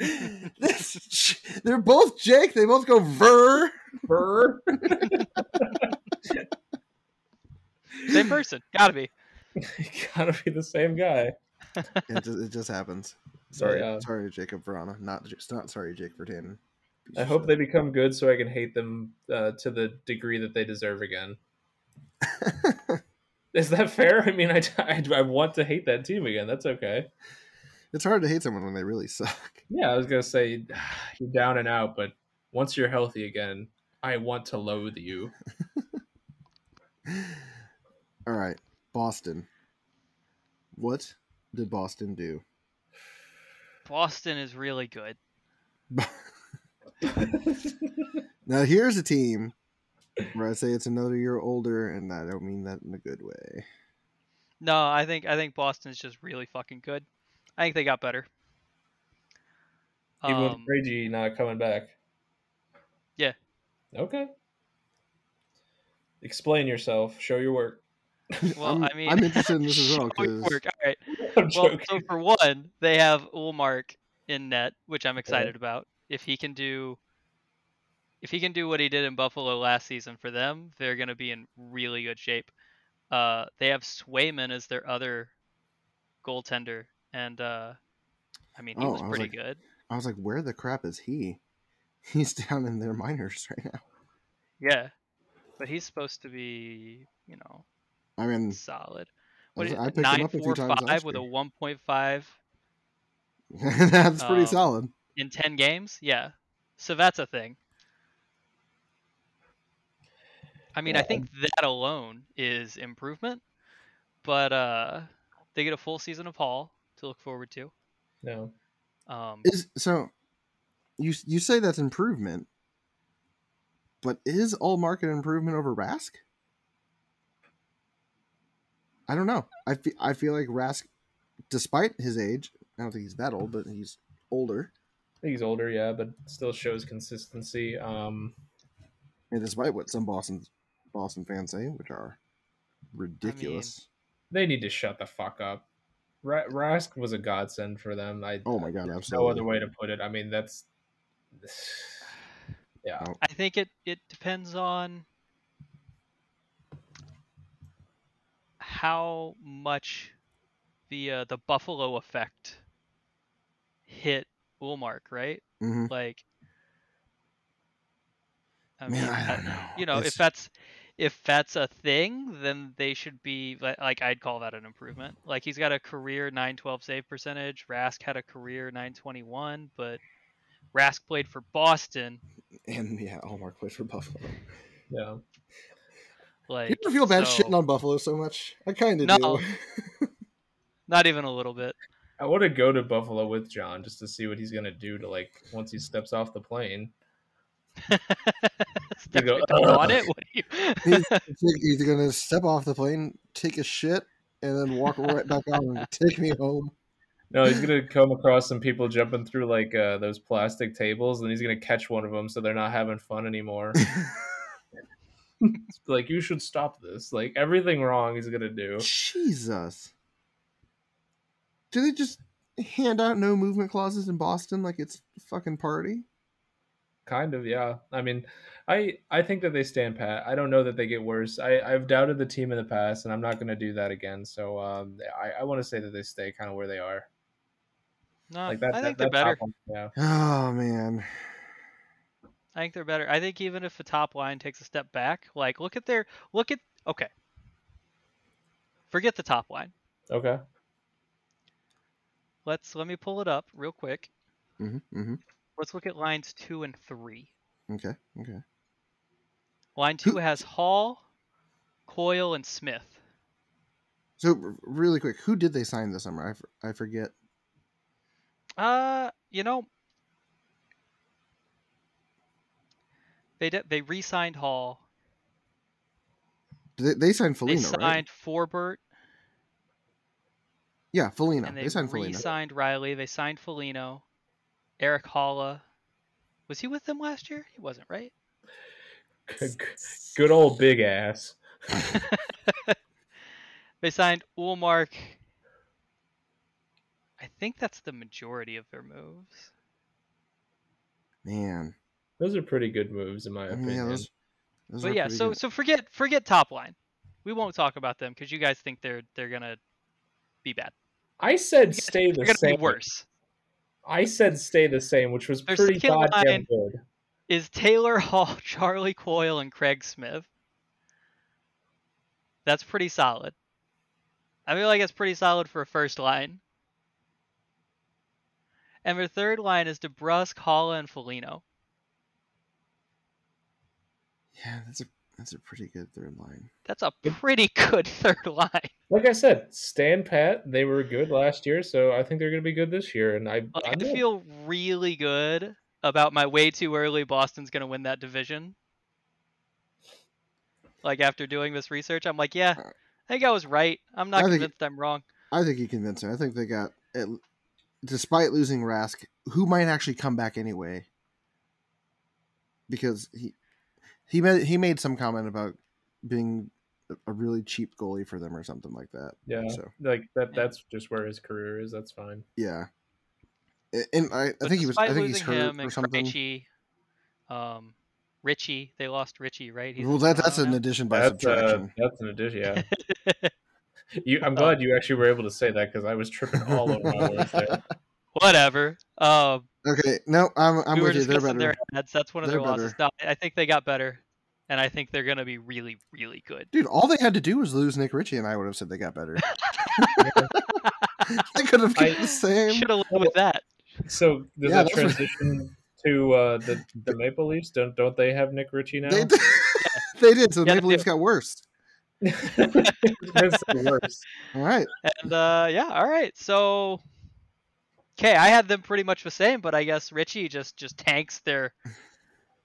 Speaker 1: That's- they're both jake they both go ver
Speaker 3: Ver?
Speaker 2: Same person. Gotta be.
Speaker 3: Gotta be the same guy.
Speaker 1: it just, it just happens
Speaker 3: Sorry,
Speaker 1: sorry
Speaker 3: uh,
Speaker 1: sorry jacob verana not J- it's not sorry jake vertanen
Speaker 3: I hope they become good so I can hate them uh, to the degree that they deserve again. Is that fair? I mean, I, I, I want to hate that team again. That's okay.
Speaker 1: it's hard to hate someone when they really suck
Speaker 3: Yeah, I was going to say you're down and out, but once you're healthy again, I want to loathe you.
Speaker 1: all right boston what did boston do
Speaker 2: Boston is really good.
Speaker 1: now here's a team where i say it's another year older and i don't mean that in a good way
Speaker 2: No, I think I think Boston's just really fucking good. I think they got better.
Speaker 3: Even with
Speaker 2: Um,
Speaker 3: Brady not coming back.
Speaker 2: Yeah.
Speaker 3: Okay. Explain yourself. Show your work.
Speaker 2: well,
Speaker 1: I'm,
Speaker 2: I mean,
Speaker 1: I'm interested in this as well
Speaker 2: quick
Speaker 1: because
Speaker 2: work. All right.
Speaker 3: I'm
Speaker 2: Well,
Speaker 3: joking.
Speaker 2: so for one, they have Ulmark in net, which I'm excited about. If he can do, if he can do what he did in Buffalo last season for them, they're going to be in really good shape. Uh, they have Swayman as their other goaltender, and uh, I mean he
Speaker 1: Oh,
Speaker 2: was
Speaker 1: I was
Speaker 2: pretty
Speaker 1: like-
Speaker 2: good.
Speaker 1: I was like, where the crap is he? He's down in their minors right now.
Speaker 2: Yeah, but he's supposed to be, you know,
Speaker 1: I mean,
Speaker 2: solid.
Speaker 1: I,
Speaker 2: What
Speaker 1: was-
Speaker 2: is
Speaker 1: Mm. I
Speaker 2: it?
Speaker 1: picked him
Speaker 2: Nine
Speaker 1: up a few
Speaker 2: four
Speaker 1: times
Speaker 2: five
Speaker 1: last
Speaker 2: with a
Speaker 1: year.
Speaker 2: one point five
Speaker 1: That's pretty
Speaker 2: Um,
Speaker 1: solid.
Speaker 2: in ten games. Yeah, so that's a thing. I mean, I
Speaker 3: Yeah.
Speaker 2: think that alone is improvement, but uh, they get a full season of Hall to look forward to.
Speaker 3: No.
Speaker 2: Um,
Speaker 1: Is so you you say that's improvement, but is all market improvement over Rask? I don't know. I fe- I feel like Rask, despite his age, I don't think he's that old, but he's older.
Speaker 3: I think he's older, yeah, but still shows consistency. Um,
Speaker 1: And despite what some Boston Boston fans say, which are ridiculous.
Speaker 3: they need to shut the fuck up. Ra- Rask was a godsend for them. I
Speaker 1: oh my god, absolutely.
Speaker 3: no other way to put it. I mean, that's yeah.
Speaker 1: No.
Speaker 2: I think it it depends on how much the uh, the Buffalo effect hit Ulmark, right?
Speaker 1: Mhm.
Speaker 2: Like, I mean,
Speaker 1: Man, I
Speaker 2: I-
Speaker 1: don't know.
Speaker 2: you know,
Speaker 1: It's-
Speaker 2: if that's if that's a thing, then they should be li- like I'd call that an improvement. Like he's got a career 912 save percentage. Rask had a career 921, but Rask played for Boston.
Speaker 1: and yeah, Allmark played for Buffalo.
Speaker 3: Yeah.
Speaker 2: Like
Speaker 1: You ever feel bad
Speaker 2: so-
Speaker 1: shitting on Buffalo so much? I kind of
Speaker 2: No.
Speaker 1: do.
Speaker 2: Not even a little bit.
Speaker 3: I want to go to Buffalo with John just to see what he's gonna do to like once he steps off the plane.
Speaker 2: Step
Speaker 3: go,
Speaker 2: right down on
Speaker 3: "Ugh."
Speaker 2: it. What do you?
Speaker 1: He's he's gonna step off the plane, take a shit, and then walk right back on and take me home.
Speaker 3: No, he's gonna come across some people jumping through like uh, those plastic tables, and he's gonna catch one of them, so they're not having fun anymore. It's like you should stop this. Like everything wrong he's gonna do.
Speaker 1: Jesus. Do they just hand out no movement clauses in Boston like it's a fucking party?
Speaker 3: Kind of, yeah. I mean, I I think that they stand pat. I don't know that they get worse. I I've doubted the team in the past, and I'm not gonna do that again. So um, I I want to say that they stay kind of where they are.
Speaker 2: No,
Speaker 3: Like that.
Speaker 2: I think
Speaker 3: that,
Speaker 2: they're
Speaker 3: that
Speaker 2: better.
Speaker 3: top one, yeah.
Speaker 1: Oh man.
Speaker 2: I think they're better. I think even if the top line takes a step back, like look at their look at okay. Forget the top line.
Speaker 3: Okay.
Speaker 2: Let's let me pull it up real quick.
Speaker 1: hmm hmm
Speaker 2: Let's look at lines two and three.
Speaker 1: Okay. Okay.
Speaker 2: Line
Speaker 1: Who-
Speaker 2: two has Hall, Coyle, and Smith.
Speaker 1: So r- really quick, who did they sign this summer? I, f- I forget.
Speaker 2: Uh, you know, they did, they re-signed Hall.
Speaker 1: They, they signed
Speaker 2: They
Speaker 1: Felino, right?
Speaker 2: signed Forbert.
Speaker 1: Yeah, Felino.
Speaker 2: and
Speaker 1: They,
Speaker 2: they,
Speaker 1: signed Felino.
Speaker 2: re-signed Riley. They signed Felino, Eric Halla. Was he with them last year? He wasn't, right?
Speaker 3: Good, good old big ass.
Speaker 2: They signed Ulmark. I think that's the majority of their moves.
Speaker 1: Man.
Speaker 3: Those are pretty good moves, in my
Speaker 1: I mean, yeah,
Speaker 3: opinion.
Speaker 1: those- those were
Speaker 2: but yeah,
Speaker 1: pretty
Speaker 2: so
Speaker 1: good.
Speaker 2: so forget forget top line. We won't talk about them because you guys think they're they're gonna be bad.
Speaker 3: I said stay
Speaker 2: They're
Speaker 3: the
Speaker 2: gonna
Speaker 3: same.
Speaker 2: be worse.
Speaker 3: I said stay the same, which was
Speaker 2: Their
Speaker 3: pretty
Speaker 2: second
Speaker 3: goddamn
Speaker 2: line-
Speaker 3: good.
Speaker 2: Is Taylor Hall, Charlie Coyle, and Craig Smith? That's pretty solid. I feel like it's pretty solid for a first line. And their third line is DeBrusque, Halla, and Foligno.
Speaker 1: Yeah, that's a that's a pretty good third line.
Speaker 2: That's a pretty good third line.
Speaker 3: Like I said, Stan Pat, they were good last year, so I think they're going to be good this year. And I,
Speaker 2: Like,
Speaker 3: I'm
Speaker 2: I
Speaker 3: not-
Speaker 2: feel really good about my way too early Boston's going to win that division. Like after doing this research, I'm like, yeah,
Speaker 1: Uh,
Speaker 2: I think I was right. I'm not
Speaker 1: I think-
Speaker 2: convinced I'm wrong.
Speaker 1: I think you convinced me. I think they got, at, despite losing Rask, who might actually come back anyway, because he he made he made some comment about being a really cheap goalie for them or something like that.
Speaker 3: yeah,
Speaker 1: So
Speaker 3: like that. That's just where his career is. That's fine.
Speaker 1: yeah, A- and I, I
Speaker 2: But
Speaker 1: think he was
Speaker 2: despite
Speaker 1: I think he's
Speaker 2: losing
Speaker 1: hurt
Speaker 2: him
Speaker 1: or
Speaker 2: and
Speaker 1: something.
Speaker 2: Krejci, um, Richie, they lost Richie, right? He's
Speaker 1: Well,
Speaker 2: in
Speaker 1: that that's an
Speaker 2: Toronto
Speaker 1: addition by
Speaker 3: That's uh,
Speaker 1: subtraction. Oh.
Speaker 3: that's an addition. Yeah. You, I'm glad you actually were able to say that because I was tripping all over my words there.
Speaker 2: now. Whatever. Um,
Speaker 1: okay, no, I'm I'm
Speaker 2: we were
Speaker 1: with you. They're better.
Speaker 2: discussing their ads. That's one of their
Speaker 1: They're
Speaker 2: losses. No, I think they got better, and I think they're going to be really, really good.
Speaker 1: Dude, all they had to do was lose Nick Ritchie, and I would have said they got better. they could have kept
Speaker 3: I-
Speaker 1: the same.
Speaker 2: Should have lived with that.
Speaker 3: So does
Speaker 1: Yeah,
Speaker 3: that
Speaker 1: that's what-
Speaker 3: transition to uh, the the Maple Leafs? Don't don't they have Nick Ritchie now?
Speaker 1: They did. they did. So the
Speaker 2: Yeah,
Speaker 1: Maple
Speaker 2: they
Speaker 1: Leafs got worse.
Speaker 3: That's the worst.
Speaker 1: All right.
Speaker 2: And uh, yeah, all right. So Okay, I had them pretty much the same, but I guess Richie just just tanks their.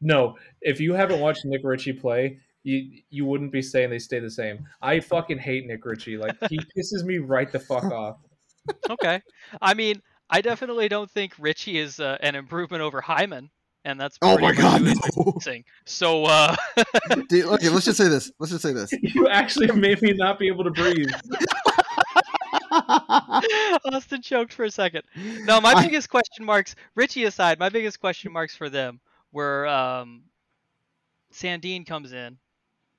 Speaker 3: No, if you haven't watched Nick Ritchie play, you you wouldn't be saying they stay the same. I fucking hate Nick Ritchie. Like he pisses me right the fuck off.
Speaker 2: Okay, I mean, I definitely don't think Richie is uh, an improvement over Hyman, and that's
Speaker 1: Oh my
Speaker 2: pretty
Speaker 1: god,
Speaker 2: much
Speaker 1: no.
Speaker 2: amazing. So uh,
Speaker 1: Dude, okay, let's just say this. Let's just say this.
Speaker 3: You actually made me not be able to breathe.
Speaker 2: Austin choked for a second. No, my
Speaker 1: I-
Speaker 2: biggest question marks, Richie aside, my biggest question marks for them were um, Sandine comes in.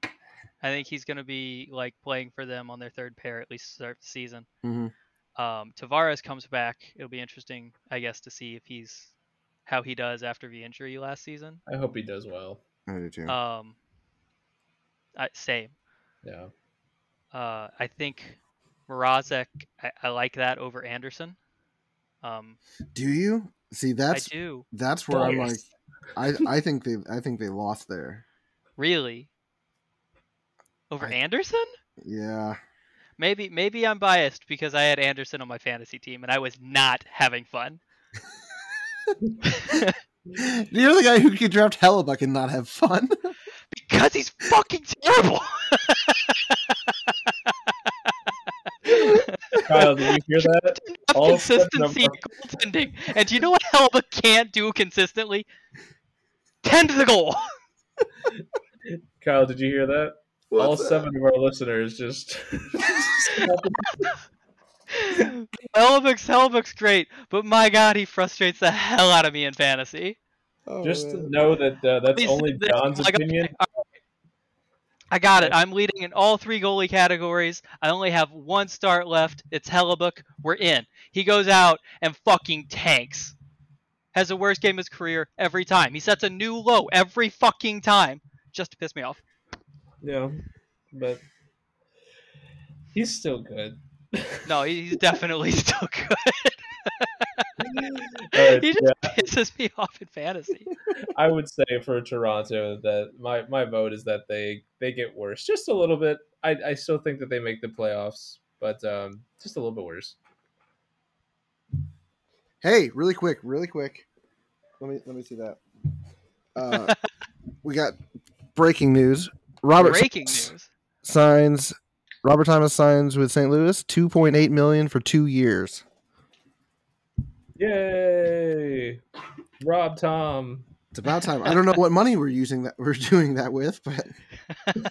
Speaker 2: I think he's going to be like playing for them on their third pair at least to start the season.
Speaker 1: Mhm.
Speaker 2: Um, Tavares comes back. It'll be interesting, I guess, to see if he's how he does after the injury last season.
Speaker 3: I hope he does well.
Speaker 1: I do too.
Speaker 2: Um, I, same.
Speaker 3: Yeah.
Speaker 2: Uh, I think Mrazek. I, I like that over Anderson. Um,
Speaker 1: do you see? That's
Speaker 2: I do Oh,
Speaker 1: that's where I'm like,
Speaker 3: Biased.
Speaker 1: I I think they I think they lost there.
Speaker 2: really over
Speaker 1: I-
Speaker 2: Anderson.
Speaker 1: Yeah.
Speaker 2: Maybe maybe I'm biased because I had Anderson on my fantasy team and I was not having fun.
Speaker 1: You're the guy who could draft Hellebuck and not have fun.
Speaker 2: because he's fucking terrible.
Speaker 3: Kyle, did you hear that?
Speaker 2: Have
Speaker 3: All of a sudden I'm
Speaker 2: consistency in goaltending. And do you know what Helba can't do consistently? Tend to the goal.
Speaker 3: Kyle, did you hear that? All seven of our listeners just
Speaker 2: Hellebuck's Hellebuck's great, but my god, he frustrates the hell out of me in fantasy.
Speaker 1: Oh,
Speaker 3: just to
Speaker 1: man.
Speaker 3: know that uh, that's
Speaker 2: Please
Speaker 3: only
Speaker 2: do this.
Speaker 3: John's
Speaker 2: Like, uh,
Speaker 3: opinion.
Speaker 2: I got it. I'm leading in all three goalie categories. I only have one start left. It's Hellebuck. We're in. He goes out and fucking tanks. Has the worst game of his career every time. He sets a new low every fucking time just to piss me off.
Speaker 3: Yeah, but he's still good.
Speaker 2: No, he's definitely still good.
Speaker 3: Alright,
Speaker 2: he just
Speaker 3: yeah,
Speaker 2: pisses me off in fantasy.
Speaker 3: I would say for Toronto that my, my vote is that they they get worse just a little bit. I, I still think that they make the playoffs, but um, just a little bit worse.
Speaker 1: Hey, really quick, really quick. Let me let me see that. Uh, we got breaking news. Robert
Speaker 2: Breaking
Speaker 1: Thomas
Speaker 2: news.
Speaker 1: signs. Robert Thomas signs with St. Louis, two point eight million for two years.
Speaker 3: Yay, Rob Tom.
Speaker 1: It's about time. I don't know what money we're using that we're doing that with, but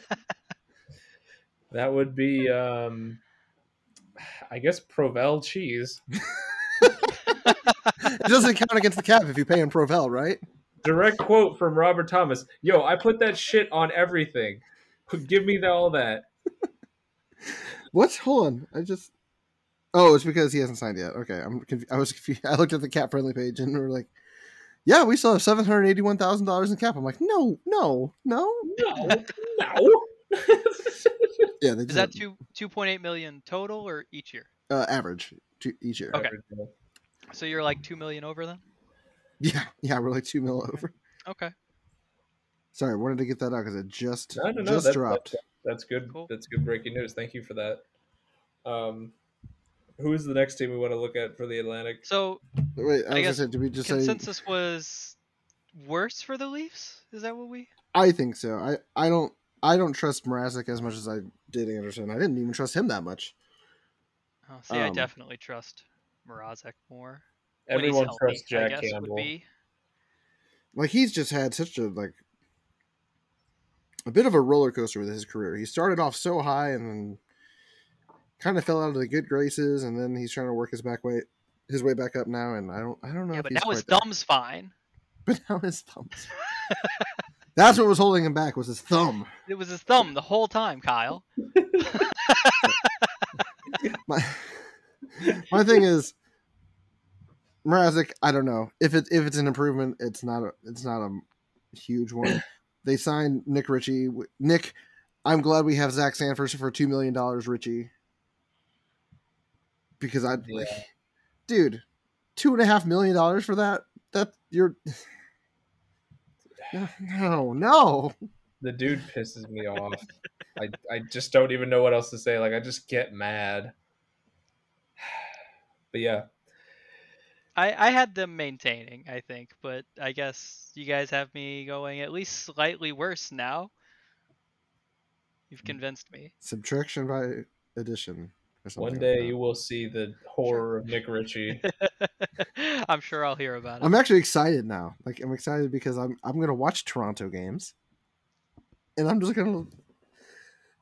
Speaker 3: That would be um, I guess Provel cheese.
Speaker 1: it doesn't count against the cap if you pay in Provel, right?
Speaker 3: Direct quote from Robert Thomas. Yo, I put that shit on everything. Give me the, all that.
Speaker 1: What's hold on? I just oh, it's because he hasn't signed yet. Okay, I'm conf- I was confused. I looked at the cap friendly page and we are like, yeah, we still have seven hundred eighty one thousand dollars in cap. I'm like, no, no, no.
Speaker 3: No, no.
Speaker 1: Yeah, they
Speaker 2: Is that two two point eight million total or each year?
Speaker 1: uh, average to each year.
Speaker 2: Okay. So you're like two million over then?
Speaker 1: Yeah, yeah, we're like two mil over.
Speaker 2: Okay.
Speaker 1: Sorry, I wanted to get that out because it just
Speaker 3: No, no, no,
Speaker 1: just
Speaker 3: that's-
Speaker 1: dropped.
Speaker 3: That's good.
Speaker 2: Cool.
Speaker 3: That's good breaking news. Thank you for that. Um, who is the next team we want to look at for the Atlantic?
Speaker 2: So
Speaker 1: Wait,
Speaker 2: I
Speaker 1: I, was gonna
Speaker 2: guess
Speaker 1: say, did we just say?
Speaker 2: consensus was worse for the Leafs? Is that what we
Speaker 1: I think so. I I don't I don't trust Mrazek as much as I did Anderson. I didn't even trust him that much.
Speaker 2: Oh, see, I
Speaker 1: Um,
Speaker 2: definitely trust Mrazek more. when he's
Speaker 3: Everyone
Speaker 2: healthy,
Speaker 3: trusts
Speaker 2: I
Speaker 3: Jack
Speaker 2: guess, would
Speaker 3: Campbell.
Speaker 2: be.
Speaker 1: Like he's just had such a like a bit of a roller coaster with his career. He started off so high and then kind of fell out of the good graces, and then he's trying to work his back way his way back up now. And I don't I don't know.
Speaker 2: Yeah,
Speaker 1: if
Speaker 2: but
Speaker 1: he's
Speaker 2: now his
Speaker 1: quite there.
Speaker 2: thumb's fine.
Speaker 1: But now his thumb's. That's what was holding him back was his thumb.
Speaker 2: It was his thumb the whole time, Kyle.
Speaker 1: My my thing is Mrazek. I don't know if it if it's an improvement. It's not a it's not a huge one. They signed Nick Ritchie. W- Nick, I'm glad we have Zach Sanford for two million dollars, Ritchie. Because I, like,
Speaker 3: Yeah.
Speaker 1: dude, two and a half million dollars for that. That you're. No, no.
Speaker 3: The dude pisses me off. I, I just don't even know what else to say. Like I just get mad. But yeah,
Speaker 2: I, I had them maintaining, I think, but I guess you guys have me going at least slightly worse now. You've
Speaker 1: Hmm.
Speaker 2: convinced me.
Speaker 1: Subtraction by addition. Or something
Speaker 3: One
Speaker 1: like
Speaker 3: day
Speaker 1: that.
Speaker 3: you will see the horror of Nick Ritchie.
Speaker 2: I'm sure I'll hear about it.
Speaker 1: I'm actually excited now. Like I'm excited because I'm I'm gonna watch Toronto games, and I'm just gonna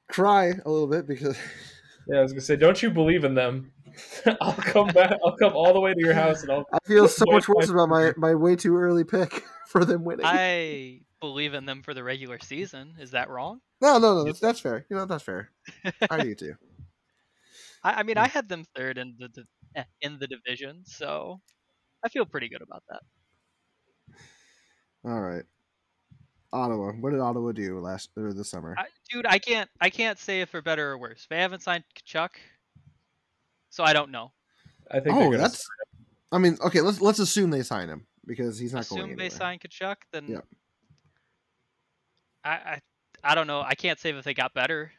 Speaker 1: cry a little bit because
Speaker 3: Yeah, I was gonna say, don't you believe in them? I'll come back. I'll come all the way to your house, and I'll.
Speaker 1: I feel so
Speaker 3: Boy,
Speaker 1: much worse
Speaker 3: boy.
Speaker 1: about my my way too early pick for them winning.
Speaker 2: I believe in them for the regular season. Is that wrong?
Speaker 1: No, no, no, that's, that's fair. You know that's fair. I do too.
Speaker 2: I, I mean, I had them third in the di- eh, in the division, so I feel pretty good about that.
Speaker 1: All right. Ottawa. What did Ottawa do last or this summer?
Speaker 2: I, dude, I can't I can't say if for better or worse. They haven't signed Kachuk, so I don't know.
Speaker 3: I think. they're
Speaker 1: oh,
Speaker 3: gonna-
Speaker 1: that's. I mean, okay. Let's let's assume they sign him because he's not going
Speaker 2: Assume they
Speaker 1: anywhere.
Speaker 2: sign Kachuk, then
Speaker 1: Yep.
Speaker 2: I, I I don't know. I can't say that they got better.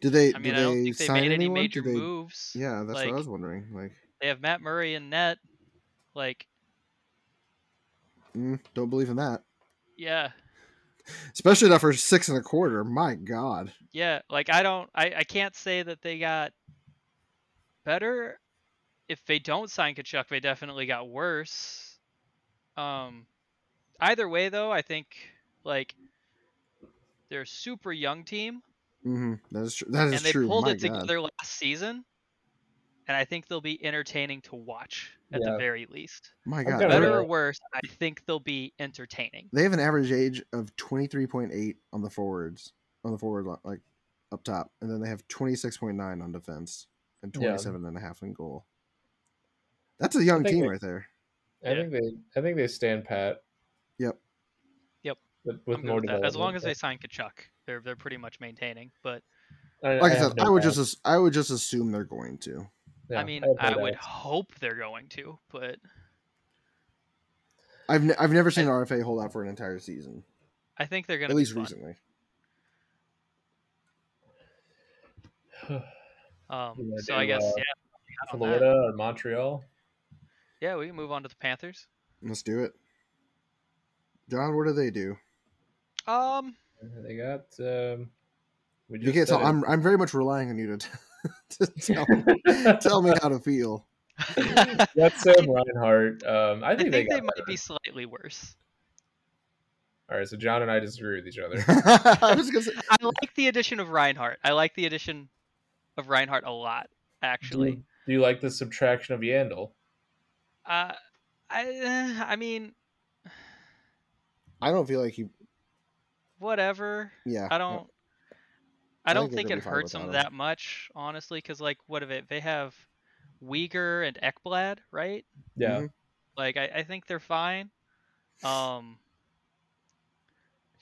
Speaker 1: Did they?
Speaker 2: I mean,
Speaker 1: did
Speaker 2: I don't
Speaker 1: they
Speaker 2: think they
Speaker 1: sign
Speaker 2: made any
Speaker 1: anyone?
Speaker 2: major
Speaker 1: Did they-
Speaker 2: moves.
Speaker 1: Yeah, that's
Speaker 2: Like-
Speaker 1: what I was wondering. Like,
Speaker 2: They have Matt Murray in net. Like,
Speaker 1: mm, don't believe in that,
Speaker 2: yeah,
Speaker 1: especially not for six and a quarter. My God.
Speaker 2: yeah. Like, I don't. I I can't say that they got better. If they don't sign Kachuk, they definitely got worse. Um, either way though, I think like they're a super young team.
Speaker 1: Mm-hmm. That is true. That is
Speaker 2: and they
Speaker 1: true.
Speaker 2: pulled
Speaker 1: My God.
Speaker 2: it together last season, and I think they'll be entertaining to watch at
Speaker 3: Yeah.
Speaker 2: the very least.
Speaker 1: My
Speaker 3: I've
Speaker 1: God.
Speaker 3: got a
Speaker 1: they-
Speaker 2: Better or
Speaker 3: real-
Speaker 2: worse, I think they'll be entertaining.
Speaker 1: They have an average age of twenty three point eight on the forwards on the forward li- like up top, and then they have twenty six point nine on defense and
Speaker 3: Yeah.
Speaker 1: 27 and a half in goal. That's a young
Speaker 3: think
Speaker 1: team
Speaker 3: they-
Speaker 1: right there.
Speaker 3: I think they. I think they stand pat.
Speaker 1: Yep.
Speaker 2: Yep.
Speaker 3: With, with
Speaker 2: I'm good
Speaker 3: more
Speaker 2: with that. As
Speaker 3: development,
Speaker 2: long as
Speaker 3: yeah.
Speaker 2: they sign Kachuk, they're they're pretty much maintaining. But
Speaker 1: Like I,
Speaker 3: have
Speaker 1: said,
Speaker 3: no
Speaker 1: I would
Speaker 3: doubt.
Speaker 1: just as- I would just assume they're going to.
Speaker 3: Yeah,
Speaker 2: I mean,
Speaker 3: have no
Speaker 2: I, would
Speaker 3: doubt.
Speaker 2: hope they're going to. But
Speaker 1: I've ne- I've never seen an RFA hold out for an entire season,
Speaker 2: I think they're going
Speaker 1: at
Speaker 2: to be
Speaker 1: least
Speaker 2: fun.
Speaker 1: recently.
Speaker 2: Um,
Speaker 3: Yeah,
Speaker 2: so I
Speaker 3: do,
Speaker 2: guess
Speaker 3: uh,
Speaker 2: yeah, on that.
Speaker 3: Florida or Montreal.
Speaker 2: yeah, we can move on to the Panthers.
Speaker 1: Let's do it. John, what do they do?
Speaker 2: Um,
Speaker 3: They got. Um, we
Speaker 1: You
Speaker 3: just
Speaker 1: can't
Speaker 3: said
Speaker 1: tell.
Speaker 3: it.
Speaker 1: I'm I'm very much relying on you to, to tell, tell me how to feel.
Speaker 2: I
Speaker 3: That's Sam Reinhart. Um, I think,
Speaker 2: think they
Speaker 3: got
Speaker 2: might
Speaker 3: better.
Speaker 2: be slightly worse.
Speaker 3: All right, so John and I disagree with each other.
Speaker 1: I was gonna say,
Speaker 2: I like the addition of Reinhardt. I like the addition of Reinhardt a lot,
Speaker 3: do,
Speaker 2: actually.
Speaker 3: you, do you like the subtraction of Yandel?
Speaker 2: Uh, I, eh, I mean,
Speaker 1: I don't feel like he.
Speaker 2: whatever.
Speaker 1: Yeah,
Speaker 2: I don't. I
Speaker 1: I
Speaker 2: don't
Speaker 1: think they're
Speaker 2: think
Speaker 1: gonna
Speaker 2: it
Speaker 1: be fine
Speaker 2: hurts them
Speaker 1: without him.
Speaker 2: that much, honestly, because like, what of it? They have Uyghur and Ekblad, right?
Speaker 3: Yeah.
Speaker 1: Mhm.
Speaker 2: Like, I, I think they're fine. Um,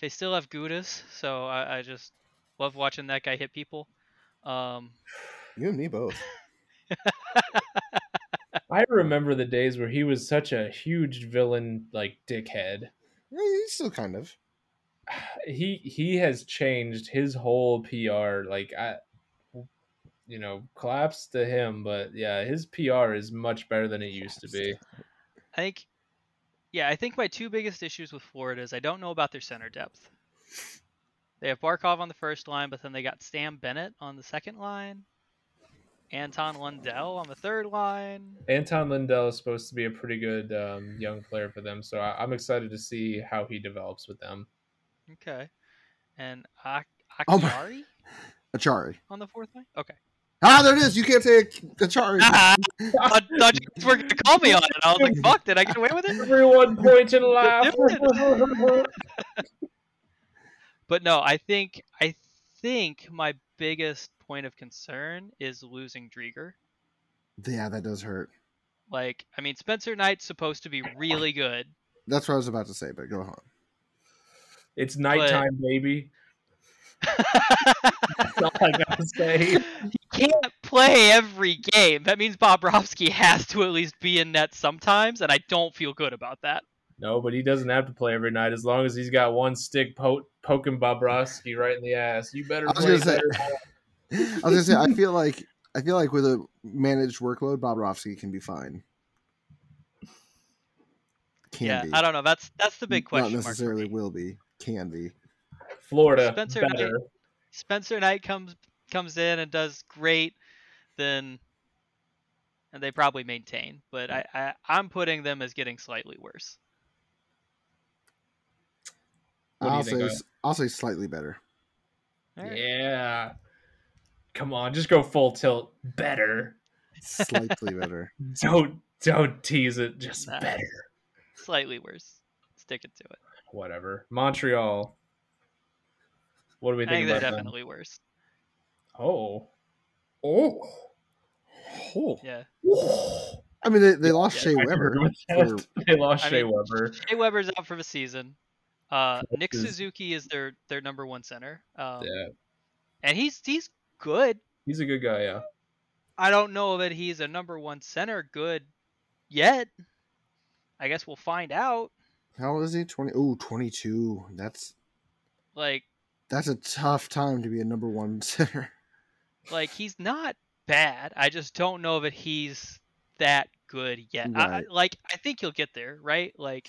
Speaker 2: they still have Gudas, so I, I just love watching that guy hit people. Um,
Speaker 1: Mm-hmm. You and me both.
Speaker 3: I remember the days where he was such a huge villain, like dickhead.
Speaker 1: Eh, he's still kind of.
Speaker 3: He he has changed his whole PR. Like I, you know, collapse to him, but yeah, his PR is much better than it used to be.
Speaker 2: I think, yeah, I think my two biggest issues with Florida is I don't know about their center depth. They have Barkov on the first line, but then they got Sam Bennett on the second line, Anton Lundell on the third line.
Speaker 3: Anton Lindell is supposed to be a pretty good um, young player for them, so I, I'm excited to see how he develops with them.
Speaker 2: Okay, and Ak-
Speaker 1: Oh my-
Speaker 2: Akari
Speaker 1: Achari.
Speaker 2: on the fourth line. Okay,
Speaker 1: Ah, there it is. You can't say Achari.
Speaker 3: Ah!
Speaker 2: I thought you guys were gonna call me on it. I was like, "Fuck, did I get away with it?"
Speaker 3: Everyone point and laugh.
Speaker 2: But no, I think I think my biggest point of concern is losing Drieger.
Speaker 1: yeah, that does hurt.
Speaker 2: Like, I mean, Spencer Knight's supposed to be really good.
Speaker 1: That's what I was about to say, but go on.
Speaker 3: it's nighttime, baby. That's all I gotta say.
Speaker 2: he can't play every game. That means Bobrovsky has to at least be in net sometimes, and I don't feel good about that.
Speaker 3: No, but he doesn't have to play every night as long as he's got one stick po- poking Bobrovsky right in the ass. You better
Speaker 1: I was
Speaker 3: play
Speaker 1: gonna say-
Speaker 3: better.
Speaker 1: I was gonna say I feel like I feel like with a managed workload, Bobrovsky can be fine. Can
Speaker 2: yeah,
Speaker 1: be.
Speaker 2: I don't know. That's that's the big question.
Speaker 1: Not
Speaker 2: mark for
Speaker 1: necessarily
Speaker 2: me.
Speaker 1: will be. Can be.
Speaker 3: Florida
Speaker 2: Spencer
Speaker 3: better.
Speaker 2: Spencer Knight comes comes in and does great, then and they probably maintain. But I, I I'm putting them as getting slightly worse.
Speaker 3: What do you
Speaker 1: I'll
Speaker 3: think,
Speaker 1: say,
Speaker 3: Kyle?
Speaker 1: I'll say slightly better.
Speaker 2: All right.
Speaker 3: Yeah. Come on, just go full tilt. Better.
Speaker 1: Slightly better.
Speaker 3: Don't don't tease it. Just
Speaker 2: Nah.
Speaker 3: better.
Speaker 2: Slightly worse. Sticking to it.
Speaker 3: Whatever. Montreal. What do we
Speaker 2: I think
Speaker 3: think
Speaker 2: they're
Speaker 3: about them?
Speaker 2: definitely worse.
Speaker 3: Oh. Oh. Oh.
Speaker 2: Yeah.
Speaker 3: Oh.
Speaker 1: I mean, they, they lost
Speaker 2: Yeah,
Speaker 1: Shea
Speaker 3: I agree
Speaker 1: Weber.
Speaker 3: with
Speaker 1: for-
Speaker 3: that. They lost
Speaker 2: I
Speaker 3: Shea
Speaker 2: mean,
Speaker 3: Weber.
Speaker 2: Jay Weber's out for the season. Uh, Nick
Speaker 3: is-
Speaker 2: Suzuki is their their number one center, um,
Speaker 3: Yeah.
Speaker 2: and he's he's good.
Speaker 3: He's a good guy, yeah.
Speaker 2: I don't know that he's a number one center good yet. I guess we'll find out.
Speaker 1: How old is he? 20. Ooh, 22. That's
Speaker 2: Like
Speaker 1: that's a tough time to be a number one center.
Speaker 2: like he's not bad. I just don't know that he's that good yet. I- I,
Speaker 1: Right.
Speaker 2: like I think he'll get there, right? Like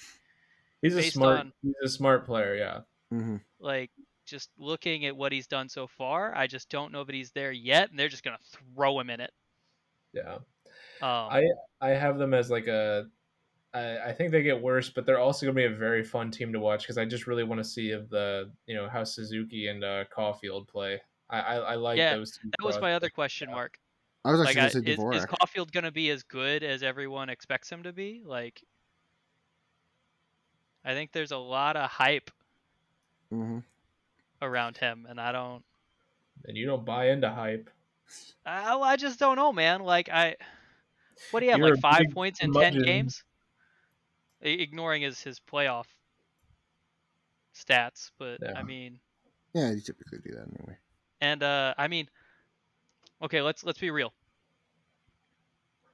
Speaker 3: He's a
Speaker 2: Based
Speaker 3: smart
Speaker 2: on-
Speaker 3: he's a smart player, yeah.
Speaker 1: hmm
Speaker 2: like just looking at what he's done so far, I just don't know that he's there yet, and they're just gonna throw him in it.
Speaker 3: Yeah.
Speaker 2: Um,
Speaker 3: I have them as like a. I, I think they get worse, but they're also going to be a very fun team to watch because I just really want to see if the you know how Suzuki and uh, Caulfield play. I I, I like
Speaker 2: Yeah,
Speaker 3: those. Two
Speaker 2: that was my other
Speaker 3: prospects.
Speaker 2: question
Speaker 3: yeah.
Speaker 2: mark.
Speaker 1: I was
Speaker 2: Like,
Speaker 1: actually
Speaker 2: I,
Speaker 1: going to say
Speaker 2: is,
Speaker 1: Dvorak.
Speaker 2: is Caulfield gonna be as good as everyone expects him to be? Like, I think there's a lot of hype
Speaker 1: Mhm.
Speaker 2: around him, and I don't.
Speaker 3: And you don't buy into hype.
Speaker 2: I, I just don't know, man. Like I, what do you have?
Speaker 3: You're
Speaker 2: like
Speaker 3: a
Speaker 2: five
Speaker 3: big
Speaker 2: points in ten
Speaker 3: curmudgeon.
Speaker 2: games. I- Ignoring his his playoff stats, but
Speaker 3: Yeah.
Speaker 2: I mean,
Speaker 1: Yeah, you typically do that anyway.
Speaker 2: and uh, I mean, okay, let's let's be real.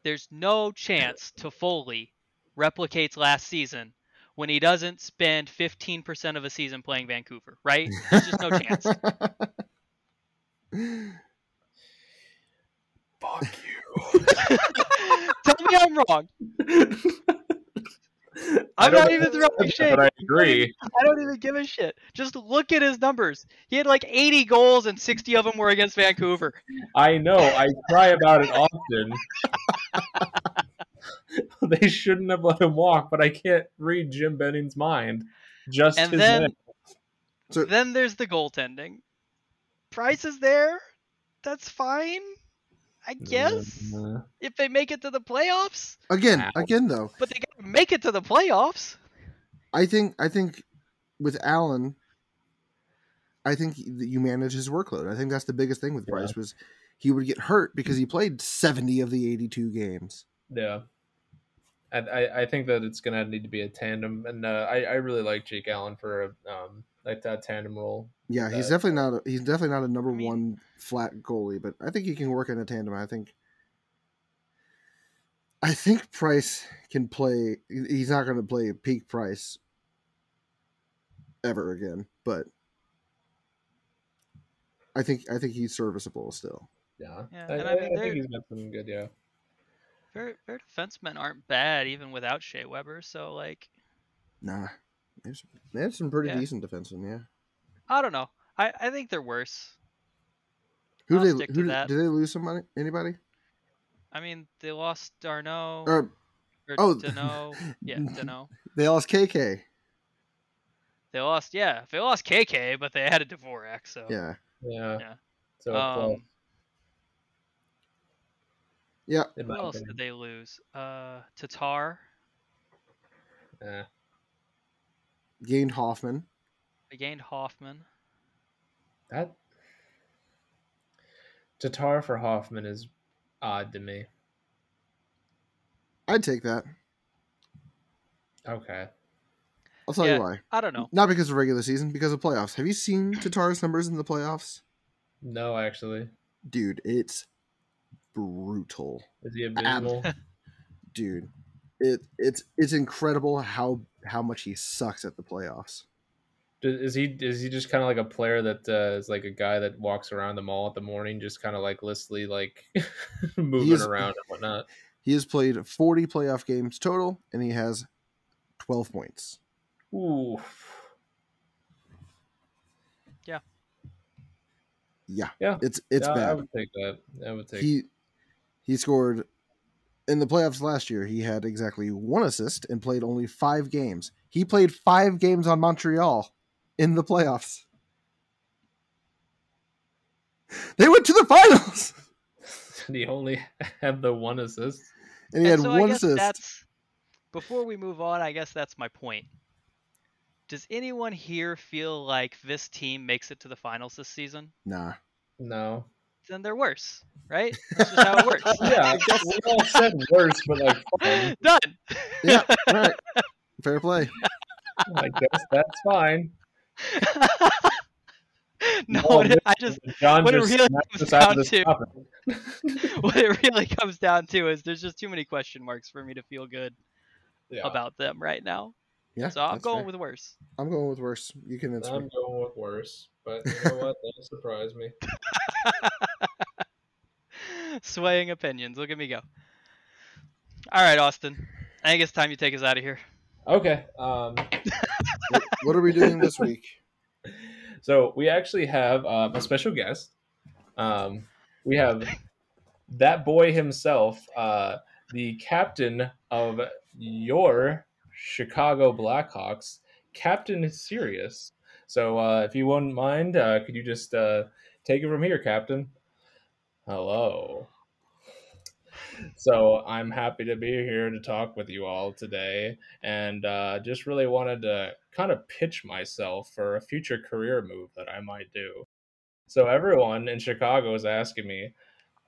Speaker 2: There's no chance Toffoli replicates last season when he doesn't spend 15% of a season playing Vancouver, right? There's just no chance.
Speaker 3: Fuck
Speaker 2: Tell me I'm wrong.
Speaker 3: you.
Speaker 2: I'm not even throwing shade.
Speaker 3: But I agree.
Speaker 2: I don't even give a shit. Just look at his numbers. He had like 80 goals and 60 of them were against Vancouver.
Speaker 3: I know. I cry about it often. they shouldn't have let him walk, but I can't read Jim Benning's mind. Just
Speaker 2: And
Speaker 3: his
Speaker 2: then-
Speaker 3: neck.
Speaker 1: So-
Speaker 2: Then there's the goaltending. Price is there. That's fine. I guess.
Speaker 3: Uh,
Speaker 2: If they make it to the playoffs,
Speaker 1: again,
Speaker 3: Ow.
Speaker 1: again though,
Speaker 2: but they got to make it to the playoffs.
Speaker 1: I think I think with Allen, I think that you manage his workload. I think that's the biggest thing with
Speaker 3: Yeah.
Speaker 1: Price was he would get hurt because he played seventy of the eighty-two games.
Speaker 3: Yeah. I, I, I think that it's gonna need to be a tandem, and uh, I I really like Jake Allen for a um like that tandem role.
Speaker 1: Yeah, he's
Speaker 3: That-
Speaker 1: definitely not. A, he's definitely not a number
Speaker 2: I mean-
Speaker 1: one flat goalie, but I think he can work in a tandem. I think. I think Price can play. he- He's not going to play peak Price ever again, but I think I think he's serviceable still.
Speaker 3: Yeah,
Speaker 2: Yeah,
Speaker 3: I,
Speaker 2: and I
Speaker 3: I-
Speaker 2: mean,
Speaker 3: I
Speaker 2: they're-
Speaker 3: think he's got something good. Yeah,
Speaker 2: Their, their defensemen aren't bad even without Shea Weber. So, like,
Speaker 1: Nah, there's there's some pretty
Speaker 2: Yeah.
Speaker 1: decent defensemen. Yeah,
Speaker 2: I don't know. I, I think they're worse.
Speaker 1: who
Speaker 2: I'll
Speaker 1: did
Speaker 2: stick
Speaker 1: they
Speaker 2: to
Speaker 1: who
Speaker 2: that.
Speaker 1: did, did they lose somebody? Anybody?
Speaker 2: I mean, they lost Darno.
Speaker 1: Or
Speaker 2: or
Speaker 1: oh,
Speaker 2: Dano. Yeah, Dano.
Speaker 1: they lost KK.
Speaker 2: They lost, yeah, they lost KK, but they had a Dvorak, so
Speaker 1: Yeah,
Speaker 3: yeah.
Speaker 2: Yeah.
Speaker 3: So uh, close,
Speaker 2: um,
Speaker 1: yeah.
Speaker 3: in my
Speaker 2: who else did
Speaker 3: opinion.
Speaker 2: they lose? Uh, Tatar.
Speaker 3: Eh.
Speaker 1: Gained Hoffman.
Speaker 2: They gained Hoffman.
Speaker 3: that Tatar for Hoffman is odd to me.
Speaker 1: I'd take that.
Speaker 3: Okay,
Speaker 1: I'll tell
Speaker 2: Yeah.
Speaker 1: you why.
Speaker 2: I don't know.
Speaker 1: Not because of regular season, because of playoffs. Have you seen Tatar's numbers in the playoffs?
Speaker 3: no, actually,
Speaker 1: Dude, it's brutal.
Speaker 3: is he abysmal?
Speaker 1: Dude. It it's it's incredible how how much he sucks at the playoffs.
Speaker 3: D- Is he is he just kind of like a player that uh, is like a guy that walks around the mall at the morning, just kind of like listly like moving
Speaker 1: He's-
Speaker 3: around and whatnot?
Speaker 1: He has played 40 playoff games total, and he has 12 points.
Speaker 3: Ooh,
Speaker 1: Yeah,
Speaker 3: Yeah.
Speaker 1: it's it's
Speaker 3: Yeah, I
Speaker 1: bad.
Speaker 3: would take that. I would take.
Speaker 1: He he scored in the playoffs last year. He had exactly one assist and played only five games. He played five games on Montreal in the playoffs. They went to the finals,
Speaker 3: Did he only have the one assist?
Speaker 1: and he
Speaker 2: And
Speaker 1: had
Speaker 2: so I
Speaker 1: one
Speaker 2: guess
Speaker 1: assist.
Speaker 2: That's, before we move on, I guess that's my point. Does anyone here feel like this team makes it to the finals this season?
Speaker 1: Nah,
Speaker 3: No.
Speaker 2: Then they're worse, right? That's just how it works.
Speaker 3: Yeah, I guess we all said worse, but like, fine.
Speaker 2: Done.
Speaker 1: yeah, all right, fair play.
Speaker 3: I guess that's fine.
Speaker 2: no,
Speaker 3: No,
Speaker 2: it- I just
Speaker 3: John
Speaker 2: What it
Speaker 3: just
Speaker 2: really
Speaker 3: snapped
Speaker 2: comes
Speaker 3: us out
Speaker 2: down
Speaker 3: of this
Speaker 2: to-
Speaker 3: topic.
Speaker 2: what it really comes down to is there's just too many question marks for me to feel good
Speaker 3: Yeah,
Speaker 2: about them right now.
Speaker 1: Yeah,
Speaker 2: So I'm
Speaker 1: that's
Speaker 2: going
Speaker 1: fair.
Speaker 2: with worse.
Speaker 1: I'm going with worse. You convinced
Speaker 3: I'm
Speaker 1: me.
Speaker 3: going with worse, but you know what? That surprised me.
Speaker 2: Swaying opinions. Look at me go. All right, Austin. I think it's time you take us out of here.
Speaker 3: Okay. Um,
Speaker 1: What, what are we doing this week?
Speaker 3: so we actually have um, a special guest. Um, we have that boy himself, uh, the captain of your Chicago Blackhawks, Captain Sirius. So uh, if you wouldn't mind, uh, could you just uh, take it from here, Captain? Hello. So I'm happy to be here to talk with you all today and uh, just really wanted to kind of pitch myself for a future career move that I might do. So everyone in Chicago is asking me,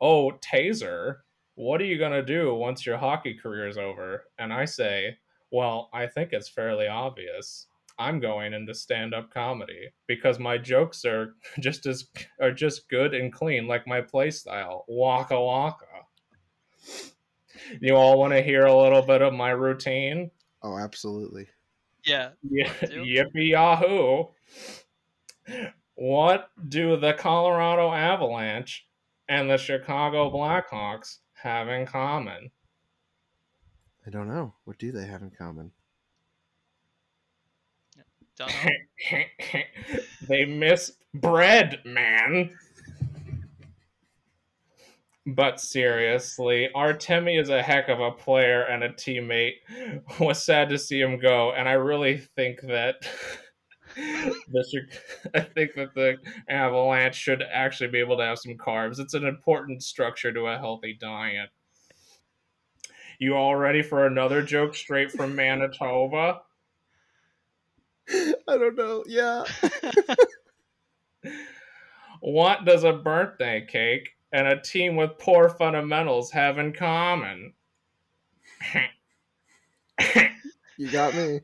Speaker 3: "Oh, Taser, what are you gonna do once your hockey career is over?" And I say, "Well, I think it's fairly obvious. I'm going into stand-up comedy because my jokes are just as are just good and clean, like my playstyle. Waka waka." You all want to hear a little bit of my routine?
Speaker 1: Oh, absolutely.
Speaker 2: Yeah.
Speaker 3: Yeah,
Speaker 2: do.
Speaker 3: yippee yahoo! What do the Colorado Avalanche and the Chicago Blackhawks have in common?
Speaker 1: I don't know. What do they have in common?
Speaker 2: Don't know.
Speaker 3: they miss bread, man. But seriously, Artemi is a heck of a player and a teammate. Was sad to see him go, and I really think that the Chi- I think that the Avalanche should actually be able to have some carbs. It's an important structure to a healthy diet. You all ready for another joke straight from Manitoba?
Speaker 1: I don't know. Yeah.
Speaker 3: What does a birthday cake and a team with poor fundamentals have in common?
Speaker 1: You got me.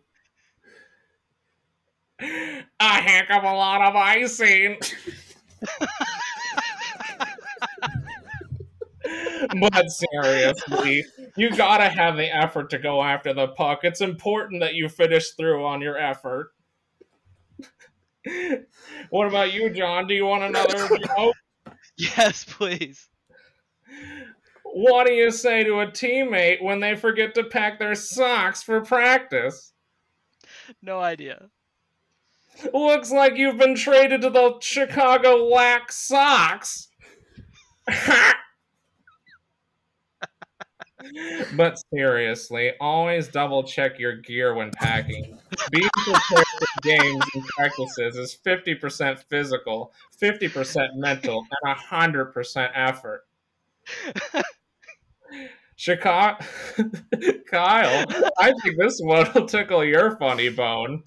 Speaker 3: a heck of a lot of icing. but seriously, you gotta have the effort to go after the puck. It's important that you finish through on your effort. what about you, John? Do you want another joke?
Speaker 2: yes, please.
Speaker 3: What do you say to a teammate when they forget to pack their socks for practice?
Speaker 2: No idea.
Speaker 3: Looks like you've been traded to the Chicago Lack Sox. but seriously, always double check your gear when packing. Being prepared for games and practices is 50% physical, 50% mental, and 100% effort. Chicago, Kyle, I think this one will tickle your funny bone.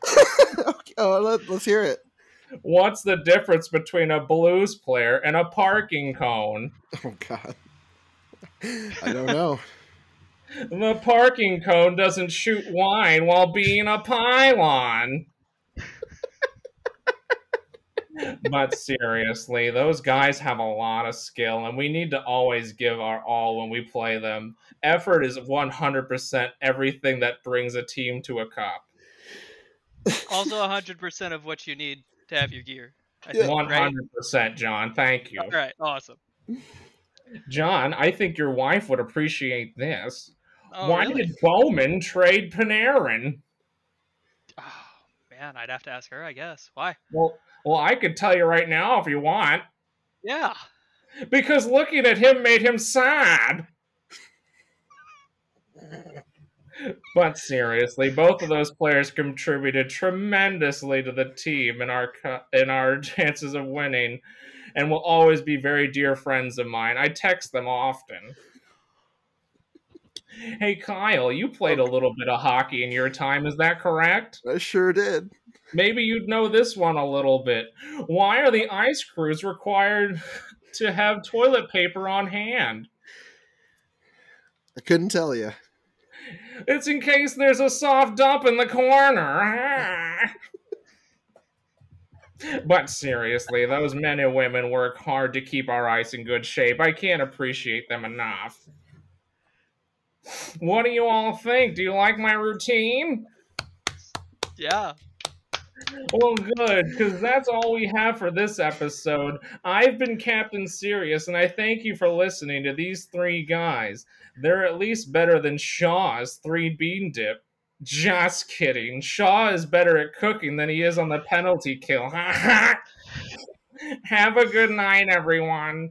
Speaker 1: Okay, oh, let, let's hear it.
Speaker 3: What's the difference between a blues player and a parking cone?
Speaker 1: Oh God. I don't know.
Speaker 3: The parking cone doesn't shoot wine while being a pylon. but seriously, those guys have a lot of skill, and we need to always give our all when we play them. Effort is 100% everything that brings a team to a cup.
Speaker 2: Also, 100% of what you need to have your gear. I
Speaker 1: Yeah.
Speaker 2: think, right?
Speaker 3: 100%, John. Thank you.
Speaker 2: All right, awesome.
Speaker 3: John, I think your wife would appreciate this.
Speaker 2: Oh,
Speaker 3: Why
Speaker 2: really?
Speaker 3: did Bowman trade Panarin?
Speaker 2: Oh, man, I'd have to ask her, I guess. Why?
Speaker 3: Well, well, I could tell you right now if you want,
Speaker 2: Yeah.
Speaker 3: because looking at him made him sad. But seriously, both of those players contributed tremendously to the team and our co- and our chances of winning, and will always be very dear friends of mine. I text them often. Hey Kyle, you played a little bit of hockey in your time, is that correct?
Speaker 1: I sure did.
Speaker 3: Maybe you'd know this one a little bit. Why are the ice crews required to have toilet paper on hand?
Speaker 1: I couldn't tell you.
Speaker 3: It's in case there's a soft dump in the corner. but seriously, those men and women work hard to keep our ice in good shape. I can't appreciate them enough. What do you all think? Do you like my routine?
Speaker 2: Yeah.
Speaker 3: Well, good, because that's all we have for this episode. I've been Captain Serious, and I thank you for listening to these three guys. They're at least better than Shaw's three bean dip. Just kidding. Shaw is better at cooking than he is on the penalty kill. have a good night, everyone.